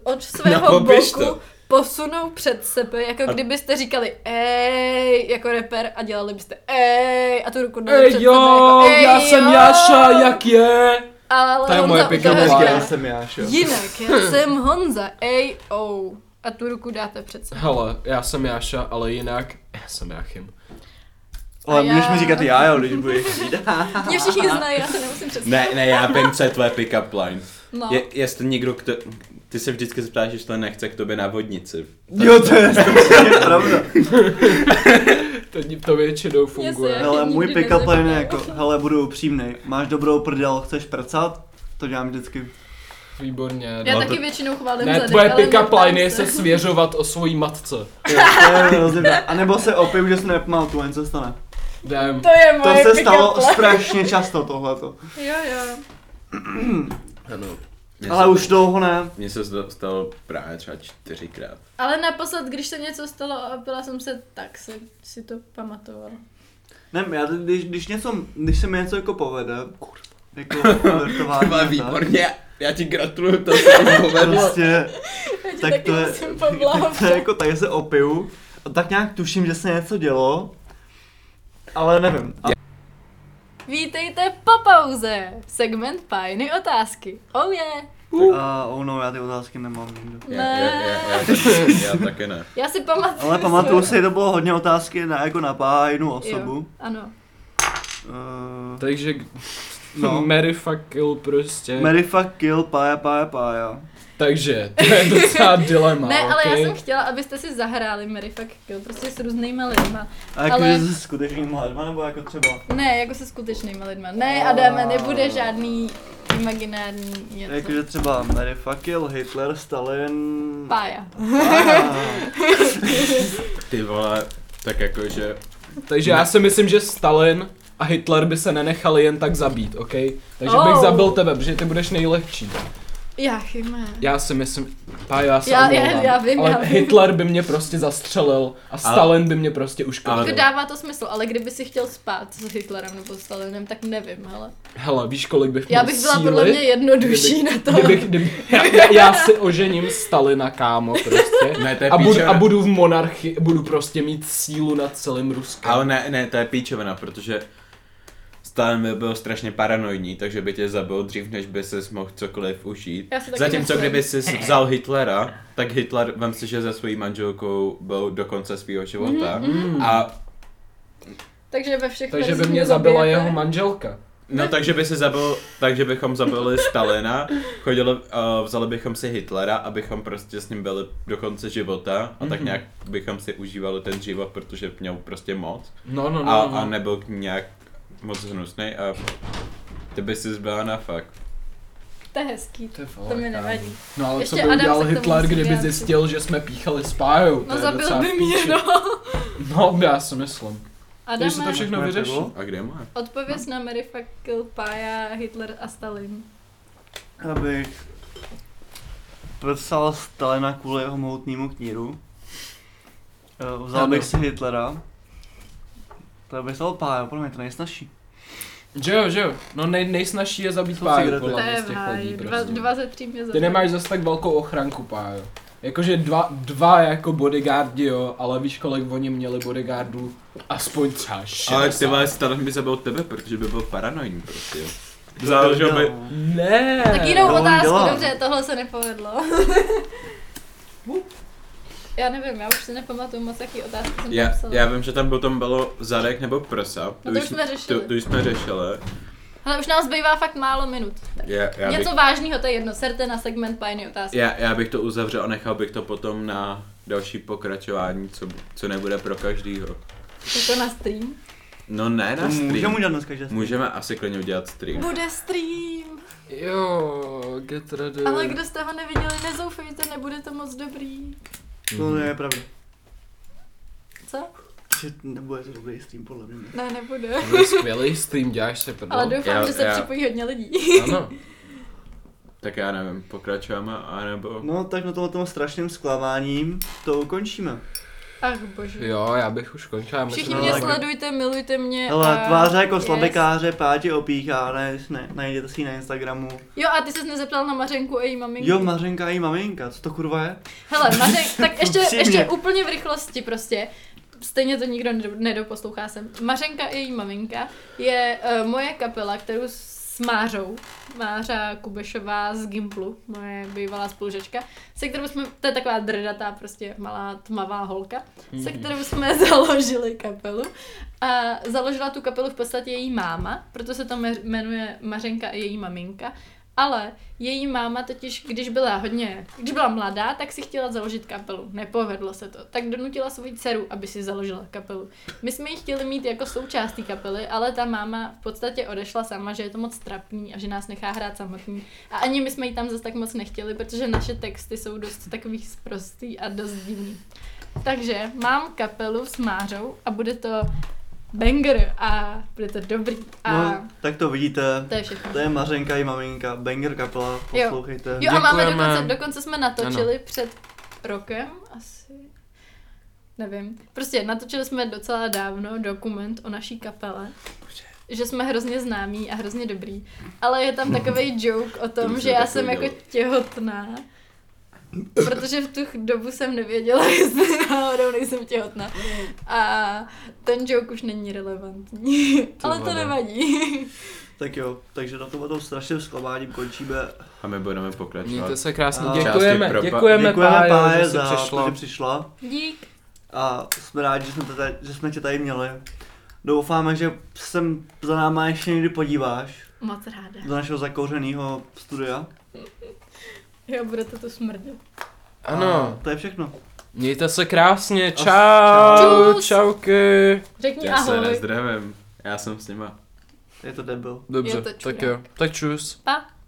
od svého
No,
boku
popiš to.
posunou před sebe, jako
A-
kdybyste říkali ej, jako reper a dělali byste ej a tu ruku dali před
Ej jo,
sebe, jako,
já jsem
jo."
Jáša, jak je?
Ale
To je moje
Honza u
pick-up
toho
line.
říká,
Já jsem já, že jo.
Jinak, já jsem Honza, ej, ou. A tu ruku dáte před sebe.
Hele, já jsem Jáša, ale jinak já jsem Jáchym.
Ale
A já-
můžeš mi říkat já, jo, když budeš chtít.
Mě všichni znají, já se nemusím představit.
Ne, ne, já vím, co je tvoje pick-up line.
No.
Je, jestli někdo, kdo, ty se vždycky zeptáš, jestli nechce k tobě na vodnici.
Jo, to je strašně pravda.
To, to většinou funguje.
Jasně.
Hele,
nikdy
můj pick-up
nezeptal.
line je jako, hele, budu upřímný. Máš dobrou prdel, chceš prcat? To dělám vždycky.
Výborně.
Já
no.
taky většinou chválím
Ne,
zadek,
tvoje
ale
pick-up
zeptám
line je se svěřovat o svojí matce.
Jo, to je hrozně pravda. A nebo se opiju, že jsem nepomal tu, jen se stane.
Damn.
To je
To
moje
se
pick-up
stalo
line.
strašně často tohleto.
Jo, jo.
Ano.
Ale už dlouho ne.
Mně se zda- stalo právě třeba čtyřikrát.
Ale naposled, když se něco stalo a byla jsem se, tak si, si to pamatovala.
Ne, já, t- když, když, něco, když se mi něco jako povede, jako
To
flirtování.
má
a tak.
výborně. Já ti gratuluju, to se mi povedlo.
Prostě,
Já ti
Tak
taky
to je-
musím poblávat.
to je jako tady se opiju. A tak nějak tuším, že se něco dělo. Ale nevím. A
Vítejte po pauze! Segment Pájny otázky. Oh yeah!
A uh, oh no, já ty otázky nemám nikdo.
Já, já, já, já, já taky ne.
Já si pamatuju.
Ale pamatuju
svoje-
si, to bylo hodně otázky na, jako na pájnu osobu.
Ano.
Uh,
Takže no.
no.
Mary fuck kill prostě.
Uh, Mary fuck kill, pája, pája, pája.
Takže to je docela
No,
dilema,
Ne, ale já
okay?
jsem chtěla, abyste si zahráli Mary fuck kill, prostě s různýma lidma.
A jako
Ale-
Ale... se skutečnýma lidma, nebo jako třeba...
Ne, jako se skutečnýma lidma. Ne, Adame, nebude žádný imaginární něco.
Jakože jako, třeba Mary fuck kill, Hitler, Stalin...
Pája.
pája.
Ty vole, tak jako, jakože...
Takže já si myslím, že Stalin a Hitler by se nenechali jen tak zabít, OK? Takže oh. bych
Oh.
zabil tebe, protože ty budeš nejlehčí.
Jáchyme.
Já si myslím, pá, já se
Já- já-
omlouvám,
já vím,
ale
já vím.
Hitler by mě prostě zastřelil a Stalin by mě prostě uškodil.
To dává to smysl, ale kdyby si chtěl spát s Hitlerem nebo s Stalinem, tak nevím, hele.
Hele, víš, kolik bych
Já
měl
bych byla
síly?
podle mě jednodušší na to.
Kdybych, kdyby, já, já, já si ožením Stalina, kámo, prostě.
Ne, to je
A budu,
píčovina.
a budu v monarchii, budu prostě mít sílu nad celým Ruskem.
Ale ne, ne, to je píčovina, protože Stalin by byl strašně paranoidní, takže by tě zabil dřív, než by se mohl cokoliv užít.
Já si taky
Zatímco
myslím.
kdyby si vzal Hitlera, tak Hitler, vem si, že se svojí manželkou byl do konce svého života.
Mhm,
Mm-hmm. A
Takže ve všech
Takže by
verzích
mě
ho
zabila
zabijete.
jeho manželka.
no takže by si zabil, takže bychom zabili Stalina, chodili, uh, vzali bychom si Hitlera, abychom prostě s ním byli do konce života a tak
Mhm.
nějak bychom si užívali ten život, protože měl prostě moc.
No, no, no.
a,
no.
a nebyl k ní nějak moc hnusný a ty by si zbyla na fakt.
To je hezký,
Ty vole,
to mi
kámo.
nevadí.
No ale
Ještě
co by
Adam
udělal
se k tomu
Hitler,
musí
kdyby
vyjádřit.
zjistil, že jsme píchali s pájou? To
No
je
zabil
docela
by
v
mě,
píči.
no.
No, já si myslím. Takže se to
Adame,
všechno
Moje
vyřeší.
pivo?
A kde je moje?
odpověz na Mary fuck kill, Pája, Hitler a Stalin.
Abych psal Stalina kvůli jeho moutnému kníru. Eh, Vzal
Ano.
bych si Hitlera. To bych stalo pájo, pro mě to nejsnažší.
Že jo, že jo. No nej, nejsnažší je zabít
Jsou
páju,
cigarety.
To
podle mě
je
z těch lidí
v háji, dva,
prostě.
dva ze tří mě
Ty
zabili.
nemáš zase tak velkou ochranku, pájo. Jakože dva, dva jako bodyguardi, jo, ale víš, kolik oni měli bodyguardů? Aspoň třeba 60.
Ale ty vole, Stalin by zabil tebe, protože by byl paranoidní prostě. Záležel by...
No.
Ne. no,
Tak jinou
To on
otázku,
dělá.
dobře, tohle se nepovedlo. já nevím, já už si nepamatuju moc, jaký otázky jsem
Já,
napsala.
já vím, že tam potom bylo zadek nebo prsa.
No to už jsme řešili.
To, to už jsme řešili.
Hele, už nám zbývá fakt málo minut. Tak.
Já, já, bych,
Něco vážného, to je jedno, serte na segment pájny otázky.
já, já bych to uzavřel a nechal bych to potom na další pokračování, co, co nebude pro každýho.
Je to na stream?
No ne
To
na
můžeme
stream.
udělat dneska, že?
Můžeme asi klidně udělat stream.
Bude stream!
Jo, get ready.
Ale kdo jste ho neviděli, nezoufejte, nebude to moc dobrý.
To je pravda.
Co?
Že nebude to dobrý stream, podle mě.
Ne, nebude.
To je skvělý stream, děláš se prdel.
Ale doufám,
já-
že se
já-
připojí hodně lidí.
Ano.
Tak já nevím, pokračujeme, anebo...
No, tak na tomhle tom strašným zklamáním to ukončíme.
Ach bože.
Jo, já bych už končil. já
Všichni
myslím,
mě
že-
ale-
sledujte, milujte mě.
Hele,
a-
tváře jako
eh, yes.
slabikáře, páti opíchá, ne, ne, najděte si ji na Instagramu.
Jo, a ty jsi nezeptal na Mařenku a její maminku.
Jo, Mařenka i maminka, co to kurva je?
Hele, Mařenka, tak ještě,
Upřímně.
ještě úplně v rychlosti prostě. Stejně to nikdo nedo- nedoposlouchá sem. Mařenka i její maminka je uh, moje kapela, kterou s Mářou, Mářa Kubešová z Gimplu, moje bývalá spolužečka, se kterou jsme, to je taková drdatá prostě malá tmavá holka, se kterou jsme založili kapelu. A založila tu kapelu v podstatě její máma, proto se to me- jmenuje Mařenka a její maminka. Ale její máma totiž, když byla hodně, když byla mladá, tak si chtěla založit kapelu. Nepovedlo se to. Tak donutila svou dceru, aby si založila kapelu. My jsme ji chtěli mít jako součástí kapely, ale ta máma v podstatě odešla sama, že je to moc trapný a že nás nechá hrát samotný. A ani my jsme ji tam zase tak moc nechtěli, protože naše texty jsou dost takový sprostý a dost divný. Takže mám kapelu s Mářou a bude to banger a bude to dobrý a
No, tak to vidíte.
to je všechno.
To je Mařenka i maminka, banger kapela, poslouchejte.
Jo a máme
Děkujeme.
dokonce, dokonce jsme natočili ano. před rokem asi, nevím, prostě natočili jsme docela dávno dokument o naší kapele. že jsme hrozně známí a hrozně dobrý. Ale je tam takový joke o tom,
už
že
je
já
takový
jsem jako
dál.
těhotná. Protože v tu ch- dobu jsem nevěděla, jestli náhodou nejsem těhotná. A ten joke už není relevantní. Ale to
vada.
nevadí.
Tak jo, takže na tomhle tom strašném zklamáním končíme.
A my budeme pokračovat.
Mějte se krásně,
A-
děkuji.
Části
Děkujeme,
pro-
děkujeme,
Děkujeme Páje
že jsi
za to,
přišla.
že přišla.
Dík.
A jsme rádi, že jsme, tě tady, že jsme tě tady měli. Doufáme, že sem za náma ještě někdy podíváš.
Moc ráda.
Do našeho zakouřeného studia.
Jo, budete to smrdět.
A
Ano,
to je všechno.
mějte se krásně, čau,
Čus.
čauky.
Řekni
Já se
ahoj.
nezdravím. Já jsem s nima.
Je to debil.
Dobře,
to
tak
čurák.
jo, tak čus.
Pa.